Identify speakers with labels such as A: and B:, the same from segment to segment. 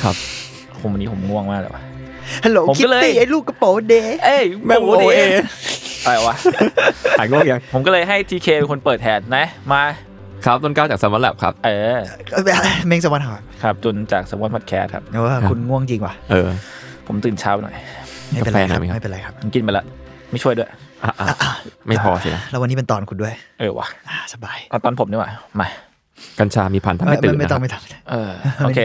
A: ครับ
B: ผมวันนี้ผมง่วงมากเลยว่ะ
A: ฮัลโหล
B: ผม
A: คิ
B: ก็
A: ต
B: เลย
A: ตี้ไอ้ลูกกระโปรงเด
B: เอ้ย
A: แม่งโอเอ
B: อะไรวะ
A: หายงงยัง
B: ผมก็เลยให้ทีเคเป็นคนเปิดแทนนะ มา
C: ครับต้นกล้าจากสมาร์ทแลบครับ
B: เออ
A: แม่งสวรรค์หาย
B: ครับจุนจากสมอนพัดแคสครับ
A: เออคุณง่วงจริงว่ะ
C: เออ
B: ผมตื่นเช้าหน่อย
A: ไม่เป็นไรค
C: กาแฟหน่
A: รั
C: อบ ยไหมครับ
A: ไม่เป็นไรครับ
B: ผมกินไปละไม่ช่วยด้วย
C: อ่ะอ่ะไม่พอสินะ
A: แล้ววันนี้เป็นตอนคุณด้วย
B: เออวะ
A: อ่าสบาย
B: เอาตอนผมดีกว่ามา
C: กัญชามีพันธุ์ทำให้
A: เออ
C: ตื่น
A: ไม่
C: นะค
A: ต้อ
C: รั
A: ง
C: บ
A: ไม่ต้องไม่ต้อง
B: เออ โอเค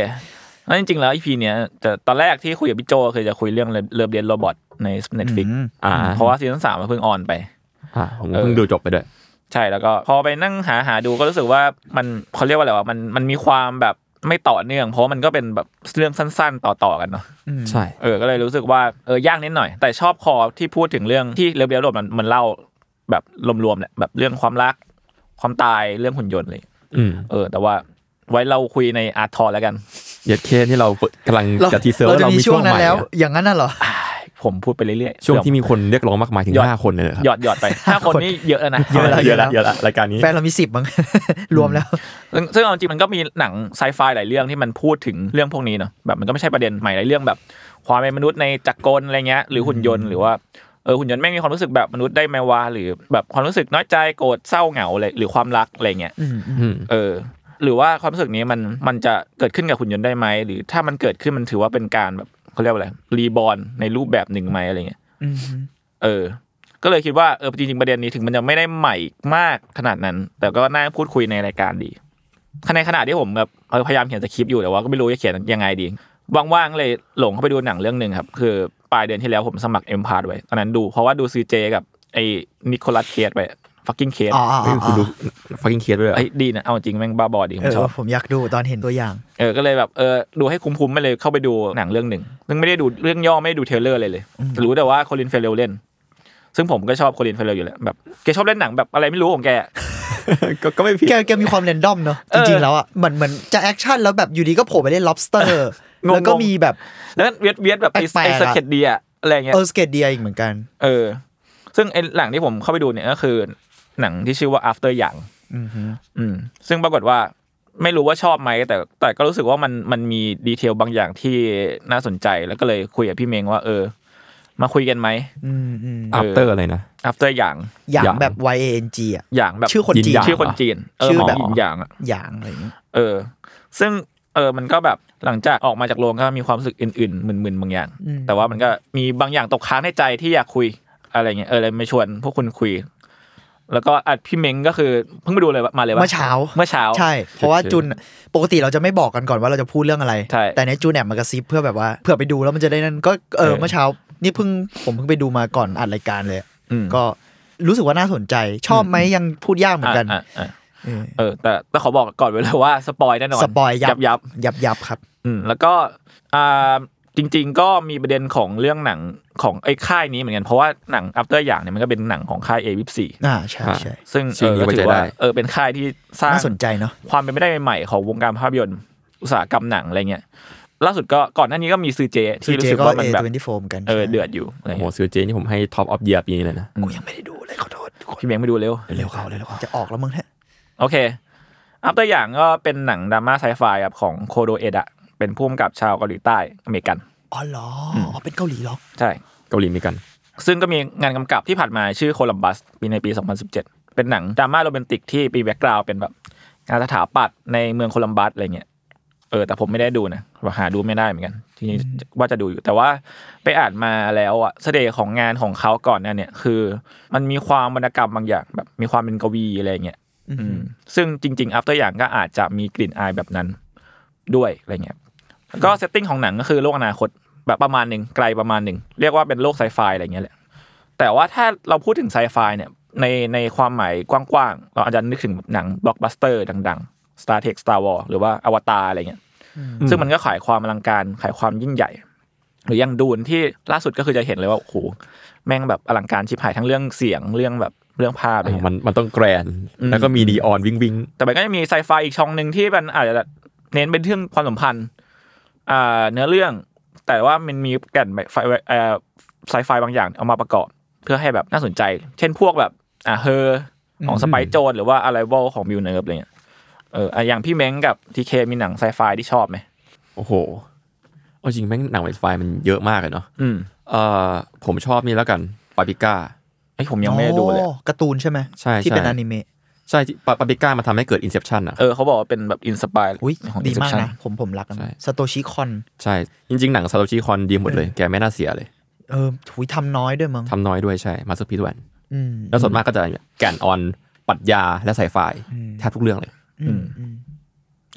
B: งั้นจริงๆแล้วอีพีเนี้ยจะตอนแรกที่คุยกับพี่โจคือจะคุยเรื่องเลิฟเดียนโรบอทในเน็ตฟิก
A: อืม
C: อ่า
B: เพราะว่าซีซั่นสามมันเพิ่งออนไป
C: อ่าผมเพิ่งดูจบไปด้วย
B: ใช่แล้วก็พอไปนั่งหาหาดูก็รู้สึกว่ามันเขาเรียกว่าอะไรวะมันมันมีความแบบไม่ต่อเนื่อง เพราะมันก็เป็นแบบเรื่องสั้นๆ ต่อๆกันเนาะ
C: ใช่
B: เออก็เลยรู้สึกว่าเออยากนิดหน่อย แต่ชอบคอที่พูดถึงเรื่องที่เรียวๆหลบมันมันเล่าแบบรวมๆแหละแบบเรื่องความรัก ความตายเรื่องหุ่นยนต์เลย
C: อืม
B: เออ แต่ว่าไว้เราคุยในอาร์ทอแล้วกัน
C: เย็ดเคที่เรากำลังจะทีเซอร์
A: เรา
C: ว่า
A: จะ
C: เรา
A: มี
C: มี
A: ช่
C: ช่
A: ว
C: ว
A: ง
C: ง
A: นั้
C: ให
A: น
C: ม่
A: แล้ว
C: อะ
A: อย่างนั้นน่ะเหรอ
B: ผมพูดไปเรื่อยๆ
C: ช่วงที่มีคนเรียกร้องมากมายถึงห้าคนเลยเหรอครับ
B: หยอดหยอดไปห้าคนนี่เยอะนะ
A: เยอะ
C: เยอะละเยอะละรายการนี้
A: แฟนเรามีสิบ มั้ง รวมแล้ว
B: ซึ่งซึ่งเอาจริงมันก็มีหนังไซไฟหลายเรื่องที่มันพูดถึงเรื่องพวกนี้เนาะแบบมันก็ไม่ใช่ประเด็นใหม่หลายเรื่องแบบ ความเป็นมนุษย์ในจักรกลอะไรเงี้ยหรือหุ่นยนต์หรือว่าเออหุ่นยนต์แม่งมีความรู้สึกแบบมนุษย์ได้ไหมวะหรือแบบความรู้สึกน้อยใจโกรธเศร้าเหงาเลยหรือความรักอะไรเงี้ย
C: อืม
B: เออ หรือว่าความรู้สึกนี้มันมันจะเกิดขึ้นกับหุ่นยนต์ได้ไหมหรือถ้ามันเกิดขึ้นมันถือว่าเป็นการแบบเขาเรียกว่าอะไรรีบอ n ในรูปแบบหนึ่งไหมอะไรเงี้ยเออ ก็เลยคิดว่าเออจริงๆประเด็นนี้ถึงมันจะไม่ได้ใหม่มากขนาดนั้น แต่ก็น่าพูดคุยในรายการดี ในขณะที่ผมแบบเออพยายามเขียนสคริปต์อยู่แต่ว่าก็ไม่รู้จะเขียนยังไงดีว่างๆเลยหลงเข้าไปดูหนังเรื่องหนึ่งครับ คือปลายเดือนที่แล้วผมสมัครเอ็มพาร์ไว้ตอนนั้นดูเพราะว่าดูซีเจกับไอ้นิโคลัสเคสไปฟักกิ้งเคส
A: อ๋ออ๋อ
C: เฮ้ยคุณดูฟังกิ้งเคียดด้วยเหรอ
B: ไอ้ยดีนะเอาจริงแม่งบ้าบอดีผ
A: เอ
B: มชอ
A: อบ ผมอยากดูตอนเห็นตัวอย่าง
B: เออก็เลยแบบเออดูให้คุ้มๆไปเลยเข้าไปดูหนังเรื่องหนึ่งซึ่งไม่ได้ดูเรื่องย่อไม่ได้ดูเทรลเลอร์เลยเลยรู้แต่ว่าโคลินเฟลเลเล่น ซึ่งผมก็ชอบโคลินเฟลเลอยู่แล้วแบบแกชอบเล่นหนังแบบอะไรไม่รู้ของแก
C: ก็ก็ไม่ผิด
A: แกแกมีความเรนดอมเนอะ
B: เออ
A: จริงๆแล้วอ่ะเหมือนเหมือนจะแอคชั่นแล้วแบบอยู่ดีก็โผล่ไปเล่น lobster
B: งงๆ
A: แล้วก็มีแบบ
B: แล้วเวียดเวียดแบบไอ้
A: แปลกๆ
B: ไอ้
A: อะ
B: สเก็ตดีอะอะไรเงี้ย
A: เออสเกตเดียอีกเหมือนกัน
B: เออ ซึ่งไอ้หลังที่ผมเข้าไปดูเนี่ยก็คือ หนังที่ชื่อว่า after อย่าง
A: อือฮึ
B: อืม ซึ่งปรากฏว่าไม่รู้ว่าชอบไหมแต่ แต่ก็รู้สึกว่ามันมันมีดีเทลบางอย่างที่น่าสนใจแล้วก็เลยคุยกับพี่เมงว่า เออ มาคุยกันไหม
A: อืมอืม
C: after อะไรนะ
B: after อย่าง
A: อย่าง
C: อย่าง
A: แบบ Y A N G อ่ะ
B: อย่างแบบ
A: ชื่อคนจีน
B: ชื่อคนจีนเ
A: ชื่อแบบ
B: หมหญิงอย่างอะ
A: อย่างอะไรอย่างเงี้ย
B: เออ ซึ่งเออ มันก็แบบหลังจากออกมาจากโรงก็มีความรู้สึกอื่นๆมึนๆบางอย่าง
A: อืม
B: แต่ว่ามันก็มีบางอย่างตกค้างในใจที่อยากคุยอะไรเงี้ย เออเลยมาชวนพวกคุณคุย แล้วก็อัดพี่เม้งก็คือเพิ่งไปดูเลยมาเลยว่า
A: เมื่อเช้า
B: เมื่อเช้า
A: ใช่ เพราะว่า
C: โอเค
A: จุนปกติเราจะไม่บอกกันก่อนว่าเราจะพูดเรื่องอะไร
B: ใช่
A: แต่ในยจูนแอบมากระซิบเพื่อแบบว่าเผื่อไปดูแล้วมันจะได้นั่นก็เอ
B: เอ
A: อ
B: อ
A: เมื่อเช้า นี่เพิ่งผมเพิ่งไปดูมาก่อนอัดรายการเลย
B: อืม
A: ก็รู้สึกว่าน่าสนใจ ชอบไหมยังพูดยากเหมือนกัน
B: อ่ะอ่ะอ่ะเออ แต่แต่ขอบอกก่อนไว้เลยว่าสปอยแน่นอน
A: สปอยยับ
B: ยับ
A: ยับยับครับ
B: อืมแล้วก็อ่าจริง ๆ ก็มีประเด็นของเรื่องหนังของไอ้ค่ายนี้เหมือนกันเพราะว่าหนัง after อย่างเนี่ยมันก็เป็นหนังของค่าย A24
A: อ่าใช่ใช่
B: ซึ่ง
C: ชื่
B: เอ
C: อ
B: อ
C: นี้
B: ก็
C: ไว้
B: ถือ
C: ใจได้
B: ว่าเออเป็นค่ายที่สร้าง
A: น่าสนใจเนาะ
B: ความเป็นไปได้ใหม่ๆของวงการภาพยนตร์อุตสาหกรรมหนังอะไรเงี้ยล่าสุดก็ก่อนหน้านี้ก็มีซือเจ
A: ซี
B: ที่รู้
A: เจ
B: สึก
A: ก็
B: ว่า
A: เอ
B: มันแบบ
A: ทเวนตี้โฟมกัน
B: เออเดือดอยู่อะไร
C: โอ้โห
B: เงี้ย
C: ซื้อเจนี่ผมให้ top of year ปีนี้เลยนะ
A: กูยังไม่ได้ดูเลยขอโทษ
B: พี่เม้งไปดูเร็ว
C: เร็วเขาเร็วเขา
A: จะออกแล้วมึงฮะ
B: โอเค อัพตัวอย่างก็เป็นหนังดราม่าไซไฟครับของโคโดเอดะเป็นผู้กำกับชาวเกาหลีใต้อเมริกัน
A: อ๋อเหรออ๋อเป็นเกาหลีเหรอ
B: ใช่
C: เกาหลีมีกัน
B: ซึ่งก็มีงานกำกับที่ผ่านมาชื่อโคลัมบัสปีในปี 2017 เป็นหนังดราม่าโรแมนติกที่ปีแบ็กกราวเป็นแบบงานสถาปัตย์ในเมืองโคลัมบัสอะไรเงี้ยเออแต่ผมไม่ได้ดูนะว่าหาดูไม่ได้เหมือนกัน ทีนี้ว่าจะดูอยู่แต่ว่าไปอ่านมาแล้วอะเสน่ห์ของงานของเขาก่อนหนาเนี่ยคือ มันมีความวรรณกรรมบางอย่างแบบมีความเป็นกวีอะไรเงี้ยอืมซึ่งจริงๆ after อย่างก็อาจจะมีกลิ่นอายแบบนั้นด้วยอะไรเงี้ยแล้วก็เซตติ้งของหนังก็คือโลกอนาคตแบบประมาณหนึ่งไกลประมาณหนึ่งเรียกว่าเป็นโลกไซไฟอะไรเงี้ยแหละ แต่ว่าถ้าเราพูดถึงไซไฟเนี่ยในในความหมายกว้างๆ เราอาจจะนึกถึงหนังบล็อกบัสเตอร์ดังๆ Star Trek Star Wars หรือว่าอวตารอะไรเงี้ยซึ่งมันก็ขายความอลังการขายความยิ่งใหญ่ หรืออย่างดูนที่ล่าสุดก็คือจะเห็นเลยว่าโอ้โหแม่งแบบอลังการชิบหายทั้งเรื่องเสียงเรื่องแบบเรื่องภาพอะไรเงี้ย
C: มันมันต้องแกรนด์
B: อืม
C: แล้วก็มีดีออนวิ่งวิ่ง
B: แต่มันก็จะมีไซไฟอีกช่องหนึ่งที่มันอาจจะเน้นเป็นเรื่องความสัมพันธ์อ่าเนื้อเรื่อง แต่ว่ามันมีแก่นแบบไฟเอ่อไซไฟบางอย่างเอามาประกอบ เพื่อให้แบบน่าสนใจ เช่นพวกแบบอ่าเฮอของสไปโจนหรือว่าอะไรวอลของมิวเนิร์ฟอะไรเงี้ยเอออ่ะอย่างพี่เม้งกับทีเคมีหนังไซไฟที่ชอบไหม
C: โอ้โหเอาจริงแม่งหนังไวไฟมันเยอะมากเลยเนาะ
B: อืม
C: เอ่อผมชอบนี่แล้วกันปาปิก้า
B: ไอยผมยังไม่ได้ดูเลย
A: อ๋อการ์ตูนใช่ไหม
C: ใช่
A: ที่เป็น
C: ใช่
A: อนิเมะ
C: ใช่ที่ปาปาปิก้ามันทำให้เกิดอินเซ t ชันอ่ะ
B: เออเขาบอกว่าเป็นแบบอินสปาย
A: อุ้ย
B: ของ
A: ดีมาก
B: Inception
A: นะ ผมผมรัก
C: ใช่
A: สโตชิคอน
C: ใช่ จริง ๆ หนังซาโตชิคอนดีหมดเลย แกไม่น่าเสียเลย
A: เออถุยทำน้อยด้วยมั้ง
C: ทำน้อยด้วยใช่มาสเตอร์พีทวัน
A: อืม
C: แล้วส่วนมากก็จะแก่นออนปรัชญาและไซไฟ
A: อืม
C: แทบทุกเรื่องเลย
A: อืมอืม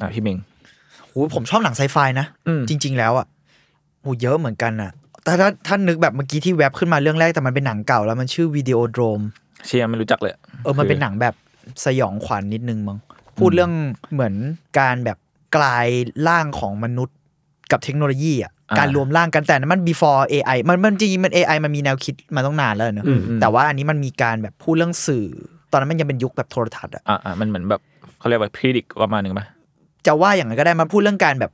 B: อ่ะพี่เม้ง
A: โหผมชอบหนังไซไฟนะ
B: อืม
A: จริง ๆ แล้วอ่ะโหเยอะเหมือนกันอ่ะแต่ถ้าถ้านึกแบบเมื่อกี้ที่แว็บขึ้นมาเรื่องแรกแต่มันเป็นหนังเก่าแล้วมันชื่อวิดีโอโดรม
B: เชียร์ไม่รู้จักเลย
A: เออ มันเป็นหนังแบบสยองขวัญนิดนึงมั้ง พูดเรื่องเหมือนการแบบกลายร่างของมนุษย์กับเทคโนโลยีอ่ะ
B: า
A: การรวมร่างกันแต่นั้นมัน before AI มันมันจริงๆมัน AI มันมีแนวคิดมาต้องนานแล้วเนอะ
B: อืมอืม
A: แต่ว่าอันนี้มันมีการแบบพูดเรื่องสื่อ ตอนนั้นมันยังเป็นยุคแบบโทรทัศน์อ่ะ
B: อ่ะอ่ะมันเหมือนแบบเขาเรียกว่าพรีดิกประมาณหนึ่งปะ
A: จะว่าอย่างนั้นก็ได้มันพูดเรื่องการแบบ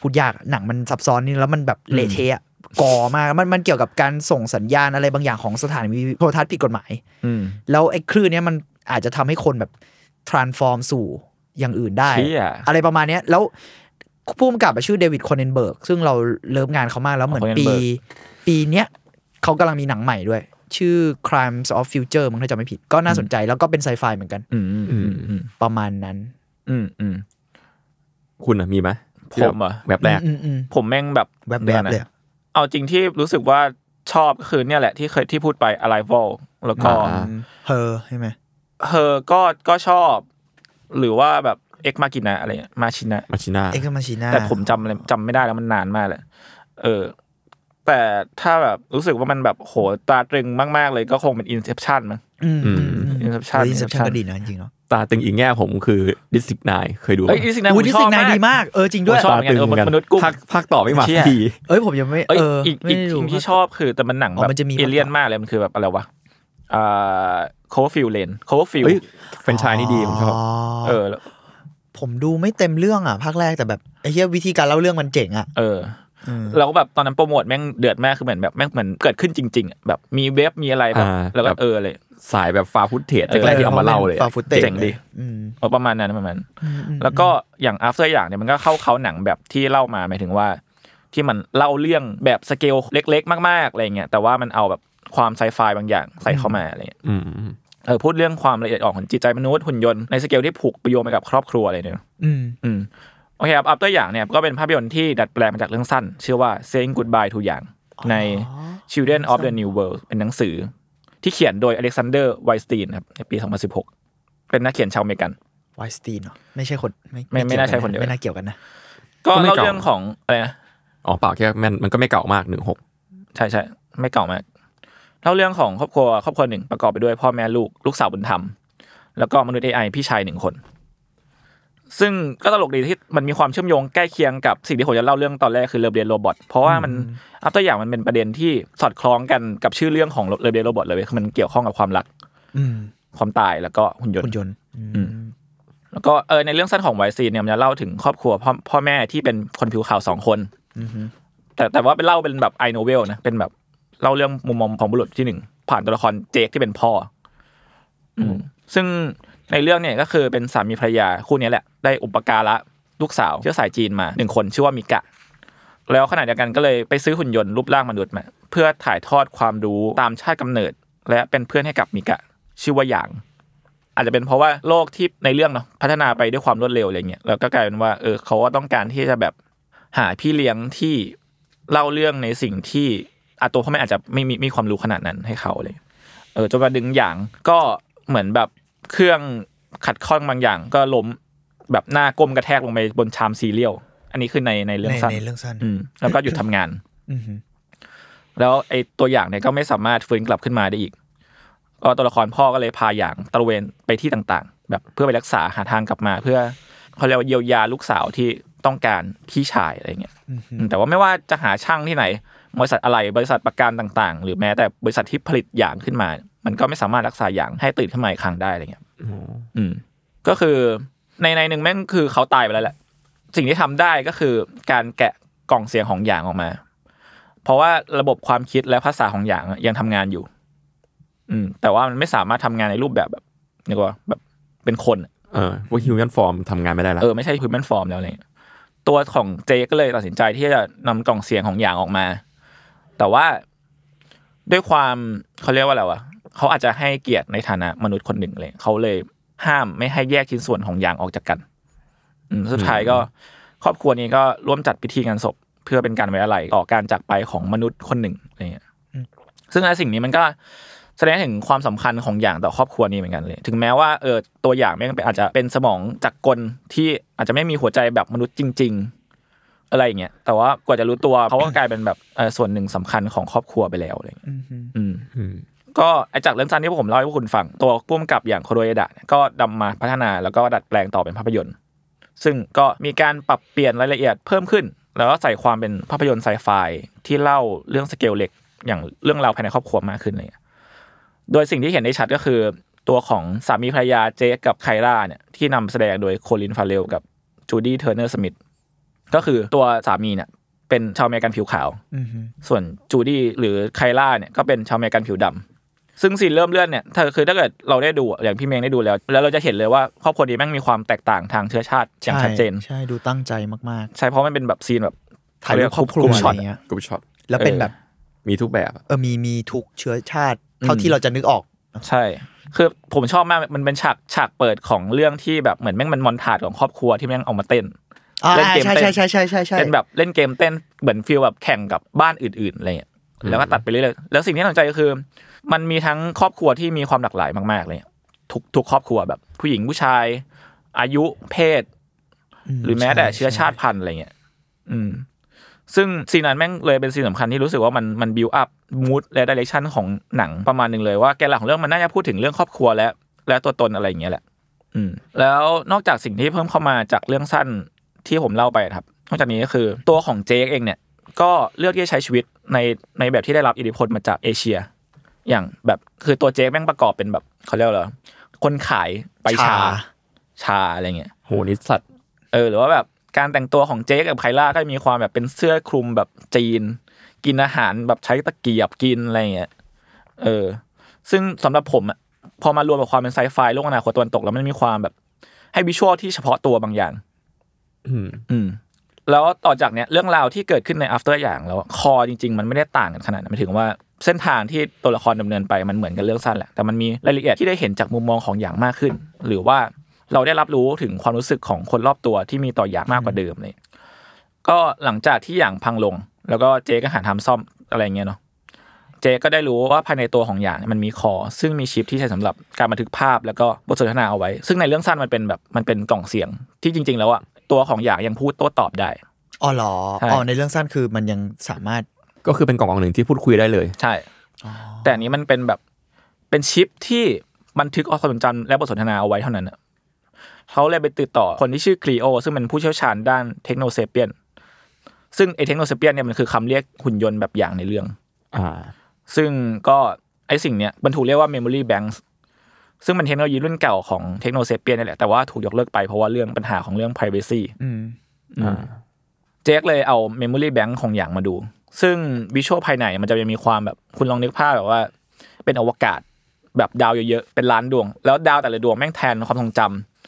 A: พูดยากอะหนังมันซับซ้อนนี่แล้วมันแบบเละเทะอะก่อมากมันมันเกี่ยวกับการส่งสัญญาณอะไรบางอย่างของสถานีโทรทัศน์ผิดกฎหมาย
B: อืม
A: แล้วไอ้คลื่นเนี้ยมันอาจจะทำให้คนแบบ transform สู่อย่างอื่นได้
B: เชี่ย
A: อะไรประมาณเนี้ยแล้วผู้กำกับอะชื่อเดวิดคอนเนนเบิร์กซึ่งเราเลิฟงานเขามากแล้วเหมือนปี
B: Cronenberg
A: ปีเนี้ยเขากำลังมีหนังใหม่ด้วย ชื่อ Crimes of Future มั้งถ้าจำไม่ผิด ก็น่าสนใจแล้วก็เป็นไซไฟเหมือนกัน
B: อืมอืมอืมอืม
A: ประมาณนั้น
B: อืมอืม
C: คุณอะมีไหม
B: ผมอะ
C: แบบแรก
A: อืมอืม
B: ผมแม่งแบบ
A: แวบๆ
B: ดี๋นะ
A: เลยอะ
B: เอาจริงที่รู้สึกว่าชอบก็คือเนี่ยแหละที่เคยที่พูดไป Arrival แล้วก็
C: อ่า
A: เฮอใช่ไหม
B: เธอก็ก็ชอบ หรือว่าแบบเอ็กมากินะอะไรเงี้ยมาชินะ
C: มาชิน่า
A: เอ็กซ์มาชิน่า
B: แต่ผมจำอะไรจำไม่ได้แล้วมันนานมากเลยเออ แต่ถ้าแบบรู้สึกว่ามันแบบโหตราตรึงมาก ๆ เลยก็คงเป็น Inception มั้ง
A: อืม
C: อืม
B: Inception
A: อินเซปชั่
B: Inception
A: นก็ดีนะจริงๆเนาะ
C: ตาตึงอีกแง่ผมคือดิสิกนายเคยดูปะ
B: เอ้ยอิสินะผ
A: อุ้ย
B: ม
A: ที่
B: ช
A: สิ
B: อบ
A: งนา
B: มา
A: ย
B: ก
A: ดีมาก เออจริงด้วย
B: ผมชอบ เหมืนกัน
C: เหมื
B: เออมนุษย์กุ้ง
C: ภาคภาคต่อไม่มา
B: เชี่
C: สั
B: ย
C: กที
A: เอ้ยผมยังไม่
B: เอ้ย
A: เออ
B: อีก
A: ไม่
B: อีก
A: ได้ดู
B: ทีที่ชอบคือแต่มันหนัง
A: อ๋อ
B: แบบ
A: มันจะมี
B: เอเลี่ยนมากเลยมันคือแบบอะไรวะอ่า Coverfield Lane Coverfield
C: เฮ้ยแฟรนไชายนี่ดีผมชอบ
B: เออแล้ว
A: ผมดูไม่เต็มเรื่องอ่ะภาคแรกแต่แบบไอ้เหี้ยวิธีการเล่าเรื่องมันเจ๋งอ่ะ
B: เออ
A: เออ
B: เราก็แบบตอนนั้นโปรโมทแม่งเดือดมากคือเหมือนแบบแม่งเหมือนเกิดขึ้นจริงๆอะแบบมีเว็บมีอะไรแบบ
C: อ่า
B: แล้วก็
C: แบบ
B: เออเลย
C: สายแบบฟาฟุตเทจ
B: เออ
C: แรกๆที่เอามาเล่าเลย
A: ฟาฟุตเต็
B: เจ๋งดี
A: อืม
B: เอาประมาณนั้นประมาณนั้น
A: อืมอืม
B: แล้วก็อย่าง after อย่างเนี่ยมันก็เข้าเขาหนังแบบที่เล่ามาหมายถึงว่า ที่มันเล่าเรื่องแบบสเกลเล็ก ๆ มากๆอะไรเงี้ยแต่ว่ามันเอาแบบความไซไฟบางอย่างใส่เข้ามาอะไรเงี้ย
C: อืมอืม
B: เออพูดเรื่องความละเอียดอ่อนของจิตใจมนุษย์หุ่นยนต์ในสเกลที่ผูกประโยงไปกับครอบครัวอะไรเนี่ย
A: อืม
B: อืมโอเคครับอัพตัวอย่างเนี่ยก็เป็นภาพยนตร์ที่ดัดแปลงมาจากเรื่องสั้น ชื่อว่า saying goodbye to อย่างใน Children of the New World เป็นหนังสือ ที่เขียนโดยอเล็กซานเดอร์ไวสตีนครับในปี 2016 เป็นนักเขียนชาวอเมริกัน
A: ไวสตีนเหรอไม่ใช่คน
B: ไม่ไม่น่าใช่คนเดียว
A: ไม่น่าเกี่ยวกันนะ
B: ก็เล่าเรื่องของอะไรนะ
C: อ๋อเปล่าแค่มันมันก็ไม่เก่ามากหนึ่งหก
B: ใช่ใช่ไม่เก่ามากเล่าเรื่องของครอบครัวครอบครัวหนึ่งประกอบไปด้วยพ่อแม่ลูกลูกสาวบุญธรรม แล้วก็มนุษย์ AI พี่ชายหนึ่งคน ซึ่งก็ตลกดีที่มันมีความเชื่อมโยงใกล้เคียงกับสิ่งที่ผมจะเล่าเรื่องตอนแรกคือเลิฟเดนโรบอทเพราะว่ามันอัพตัวอย่างมันเป็นประเด็นที่สอดคล้องกันกับชื่อเรื่องของเลิฟเดนโรบอทเลยเว้ยคือมันเกี่ยวข้องกับความรัก
A: อืม
B: ความตายแล้วก็หุ่นยน
A: คุ
B: ต์
A: ณยนต์
B: อืม แล้วก็เออในเรื่องสั้นของไวซีเนี่ยมันจะเล่าถึงครอบครัวพ่อพ่อแม่ที่เป็นคนผิวขาวสองคน
A: อืมอืม
B: แต่แต่ว่าเป็นเล่าเป็นแบบไอโนเวลนะเป็นแบบเล่าเรื่องมุมมองของบุรุษที่หนึ่งผ่านตัวละครเจคที่เป็นพ่ออซึ่งใน ในเรื่องเนี่ยก็คือเป็นสามีภรรยาคู่เนี้ยแหละ ได้อุปการะลูกสาวเชื้อสายจีนมาหนึ่งคนชื่อว่ามิกะ แล้วขณะเดียวกันก็เลยไปซื้อหุ่นยนต์รูปร่างมนุษย์มาเพื่อถ่ายทอดความรู้ตามชาติกำเนิด และเป็นเพื่อนให้กับมิกะ ชื่อว่าหยาง อาจจะเป็นเพราะว่าโลกที่ในเรื่องเนาะพัฒนาไปด้วยความรวดเร็วอะไรเงี้ยแล้วก็กลายเป็นว่าเออเขาก็ต้องการที่จะแบบหาพี่เลี้ยงที่เล่าเรื่องในสิ่งที่อาตัวพ่อแม่อาจจะไม่มีมีความรู้ขนาดนั้นให้เขาเลย เออจนมาดึงอย่างก็เหมือนแบบเครื่องขัดข้องบางอย่าง ก็ล้มแบบหน้าก้มกระแทกลงไปบนชามซีเรียลอันนี้คือในในเรื่อง
A: ใน
B: สั้น
A: ในเรื่องสั้น
B: อืมแล้วก็หยุดทำงาน
A: อือฮึ
B: แล้วไอ้ตัวอย่างเนี่ยก็ไม่สามารถฟื้นกลับขึ้นมาได้อีกก็ตัวละครพ่อก็เลยพาอย่างตระเวนไปที่ต่างๆ แบบเพื่อไปรักษาหาทางกลับมา เพื่อเขาเรียกว่าเยียวยาลูกสาวที่ต้องการพี่ชายอะไรเงี้ย
A: อือฮึ
B: อืมแต่ว่าไม่ว่าจะหาช่างที่ไหน บริษัทอะไรบริษัทประกันต่างๆ หรือแม้แต่บริษัทที่ผลิตอย่างขึ้นมา มันก็ไม่สามารถรักษาอย่างให้ตื่นขึ้นมาอีกครั้งได้อะไรเงี้ย
C: โอ้
B: อืมก็คือในในหนึ่งแม่งคือเขาตายไปแล้วแหละ สิ่งที่ทำได้ก็คือการแกะกล่องเสียงของหยางออกมา เพราะว่าระบบความคิดและภาษาของหยางอะยังทำงานอยู่ อืม แต่ว่ามันไม่สามารถทำงานในรูปแบบแบบนี่ก็แบบเป็นคนอะ
C: เออพวกฮิวแมนฟอร์มทำงานไม่ได้ละ
B: เออไม่ใช่พิมพ์ฟอร์มแล้วอะไรเนี่ยตัวของเจก็เลยตัดสินใจที่จะนำกล่องเสียงของหยางออกมา แต่ว่าด้วยความเขาเรียกว่าอะไรวะเขาอาจจะให้เกียรติในฐานะมนุษย์คนหนึ่งเลยเขาเลยห้ามไม่ให้แยกชิ้นส่วนของยางออกจากกัน อืมสุดท้ายก็ครอบครัวนี้ก็ร่วมจัดพิธีงานศพ เพื่อเป็นการไว้อะไรต่อการจากไปของมนุษย์คนหนึ่งอะไรเงี้ยซึ่งไอ้สิ่งนี้มันก็แสดงถึงความสำคัญของอย่างต่อครอบครัวนี้เหมือนกันเลย ถึงแม้ว่าเออตัวอย่างแม่งเป็นอาจจะเป็นสมองจักรกลที่อาจจะไม่มีหัวใจแบบมนุษย์จริง ๆ อะไรอย่างเงี้ยแต่ว่ากว่าจะรู้ตัวเขาก็กลายเป็นแบบเออส่วนหนึ่งสำคัญของครอบครัวไปแล้วอะไรเงี้ย
A: อือฮึ
B: อืม
C: อืม
B: ก็ไอจากเรื่องสั้นที่ผมเล่าให้พวกคุณฟัง ตัวพุ่มกับอย่างโคโรเอดะเนี่ยก็นำมาพัฒนาแล้วก็ดัดแปลงต่อเป็นภาพยนตร์ ซึ่งก็มีการปรับเปลี่ยนรายละเอียดเพิ่มขึ้น แล้วก็ใส่ความเป็นภาพยนตร์ไซไฟที่เล่าเรื่องสเกลเล็ก อย่างเรื่องราวภายในครอบครัวมากขึ้นอะไรเลย โดยสิ่งที่เห็นได้ชัดก็คือ ตัวของสามีภรรยาเจคกับไคล่าเนี่ยที่นำแสดงโดยโคลินฟาเรลกับจูดี้เทอร์เนอร์สมิธก็คือตัวสามีเนี่ยเป็นชาวอเมริกันผิวขาว
A: อือฮึ
B: ส่วนจูดี้หรือไคล่าเนี่ยก็เป็นชาวอเมริกันผิวดำซึ่งซีนเริ่มเลื่อนเนี่ยถ้าคือถ้าเกิดเราได้ดูอะอย่างพี่เมงได้ดูแล้ว แล้วเราจะเห็นเลยว่าครอบครัวนี้แม่งมีความแตกต่างทางเชื้อชาติอย่างชัดเจน
A: ใช่ดูตั้งใจมาก
B: ใช่เพราะมันเป็นแบบซีนแบบ
A: ๆถ่ายรูปครอบครัว
B: กลุ่ม
A: อะ
B: ช็อต
A: ไรเงี้ย
C: กรุ๊ปช็อต
A: แล้วเป็นแบบ
C: มีทุกแบบอะ
A: เออมีมีทุกเชื้อชาติ เท่าที่เราจะนึกออก
B: ใช่ คือผมชอบมากมันเป็นฉากฉากเปิดของเรื่องที่แบบเหมือนแม่งมันมอนทาดของครอบครัวที่แม่งเอามาเต้น
A: อ่า
B: เล่นเกม
A: ใช่
B: เต้น
A: ใช่ใช่ใช่ใช่ใช่
B: เป็นแบบเล่นเกมเต้นเหมือนฟีลแบบแข่งกับบ้านอื่นๆอะไรเงี้ยแล้วก็ตัดไปเรื่อยๆแล้วสิ่งที่น่าสนใจก็คือ มันมีทั้งครอบครัวที่มีความหลากหลายมากๆเลยทุกทุกครอบครัวแบบ ผู้หญิงผู้ชาย อายุเพศ หรือแม้แต่เชื้อชาติพันธุ์อะไรเงี้ย อืม ซึ่งซีนนั้นแม่งเลยเป็นซีนสำคัญที่รู้สึกว่ามันมันบิวอัพมูดและดิเรกชันของหนังประมาณหนึ่งเลยว่าแกนหลักของเรื่องมันน่าจะพูดถึงเรื่องครอบครัวและและตัวตนอะไรอย่างเงี้ยแหละ อืม แล้วนอกจากสิ่งที่เพิ่มเข้ามาจากเรื่องสั้นที่ผมเล่าไปครับนอกจากนี้ก็คือตัวของเจคเองเนี่ย ก็เลือกที่จะใช้ชีวิตในในแบบที่ได้รับอิทธิพลมาจากเอเชีย อย่างแบบคือตัวเจคแม่งประกอบเป็นแบบเขาเรียกว่าอะไรวะคนขายไปชาชาอะไรเงี้ย
C: โหนี่สัตว์
B: เออหรือว่าแบบการแต่งตัวของเจ๊กับไคล่าก็มีความแบบเป็นเสื้อคลุมแบบจีน กินอาหารแบบใช้ตะเกียบกินอะไรอย่างเงี้ยเออ ซึ่งสำหรับผมอะพอมารวมกับความเป็นไซไฟโลกอนาคตตะวันตกแล้วมันมีความแบบ ให้วิชวลที่เฉพาะตัวบางอย่าง
C: อืม
B: อืม แล้วต่อจากเนี้ยเรื่องราวที่เกิดขึ้นใน after อย่างแล้วคอจริง ๆ มันไม่ได้ต่างกันขนาดนั้นหมายถึงว่าเส้นทางที่ตัวละครดำเนินไปมันเหมือนกันเรื่องสั้นแหละแต่มันมีรายละเอียดที่ได้เห็นจากมุมมองของอย่างมากขึ้น หรือว่าเราได้รับรู้ถึงความรู้สึกของคนรอบตัวที่มีต่ออย่างมากกว่าเดิมเลยก็หลังจากที่อย่างพังลง แล้วก็เจก็หาทำซ่อมอะไรเงี้ยเนาะเจก็ได้รู้ว่าภายในตัวของอย่างเนี่ยมันมีคอ ซึ่งมีชิปที่ใช้สำหรับการบันทึกภาพแล้วก็บทสนทนาเอาไว้ ซึ่งในเรื่องสั้นมันเป็นแบบมันเป็นกล่องเสียง ที่จริง ๆ แล้วอะตัวของอย่างยังพูดโต้ตอบได้
A: อ๋อเหรอ
B: ใช่
A: อ๋อในเรื่องสั้นคือมันยังสามารถ
C: ก็คือเป็นกล่องๆหนึ่งที่พูดคุยได้เลย
B: ใช่ แต่อันนี้มันเป็นแบบเป็นชิปที่บันทึกความทรงจำและบทสนทนาเอาไว้เท่านั้นน่ะเขาเลยไปติดต่อคนที่ชื่อคลีโอ ซึ่งเป็นผู้เชี่ยวชาญด้านเทคโนเซเปียน ซึ่งไอเทคโนเซเปียนเนี่ยมันคือคำเรียกหุ่นยนต์แบบอย่างในเรื่อง
C: อ่า
B: ซึ่งก็ไอสิ่งเนี้ยมันถูกเรียกว่า Memory Banks ซึ่งมันเทคโนโลยีรุ่นเก่าของเทคโนเซเปียนนี่แหละแต่ว่าถูกยกเลิกไปเพราะว่าเรื่องปัญหาของเรื่อง Privacy
A: อืม
C: อ่า
B: เจคเลยเอา Memory Bank ของอย่างมาดู ซึ่งวิชวลภายในมันจะยังมีความแบบคุณลองนึกภาพแบบว่า เป็นอวกาศ แบบดาวเยอะๆ เป็นล้านดวง แล้วดาวแต่ละดวงแม่งแทนความทรงจ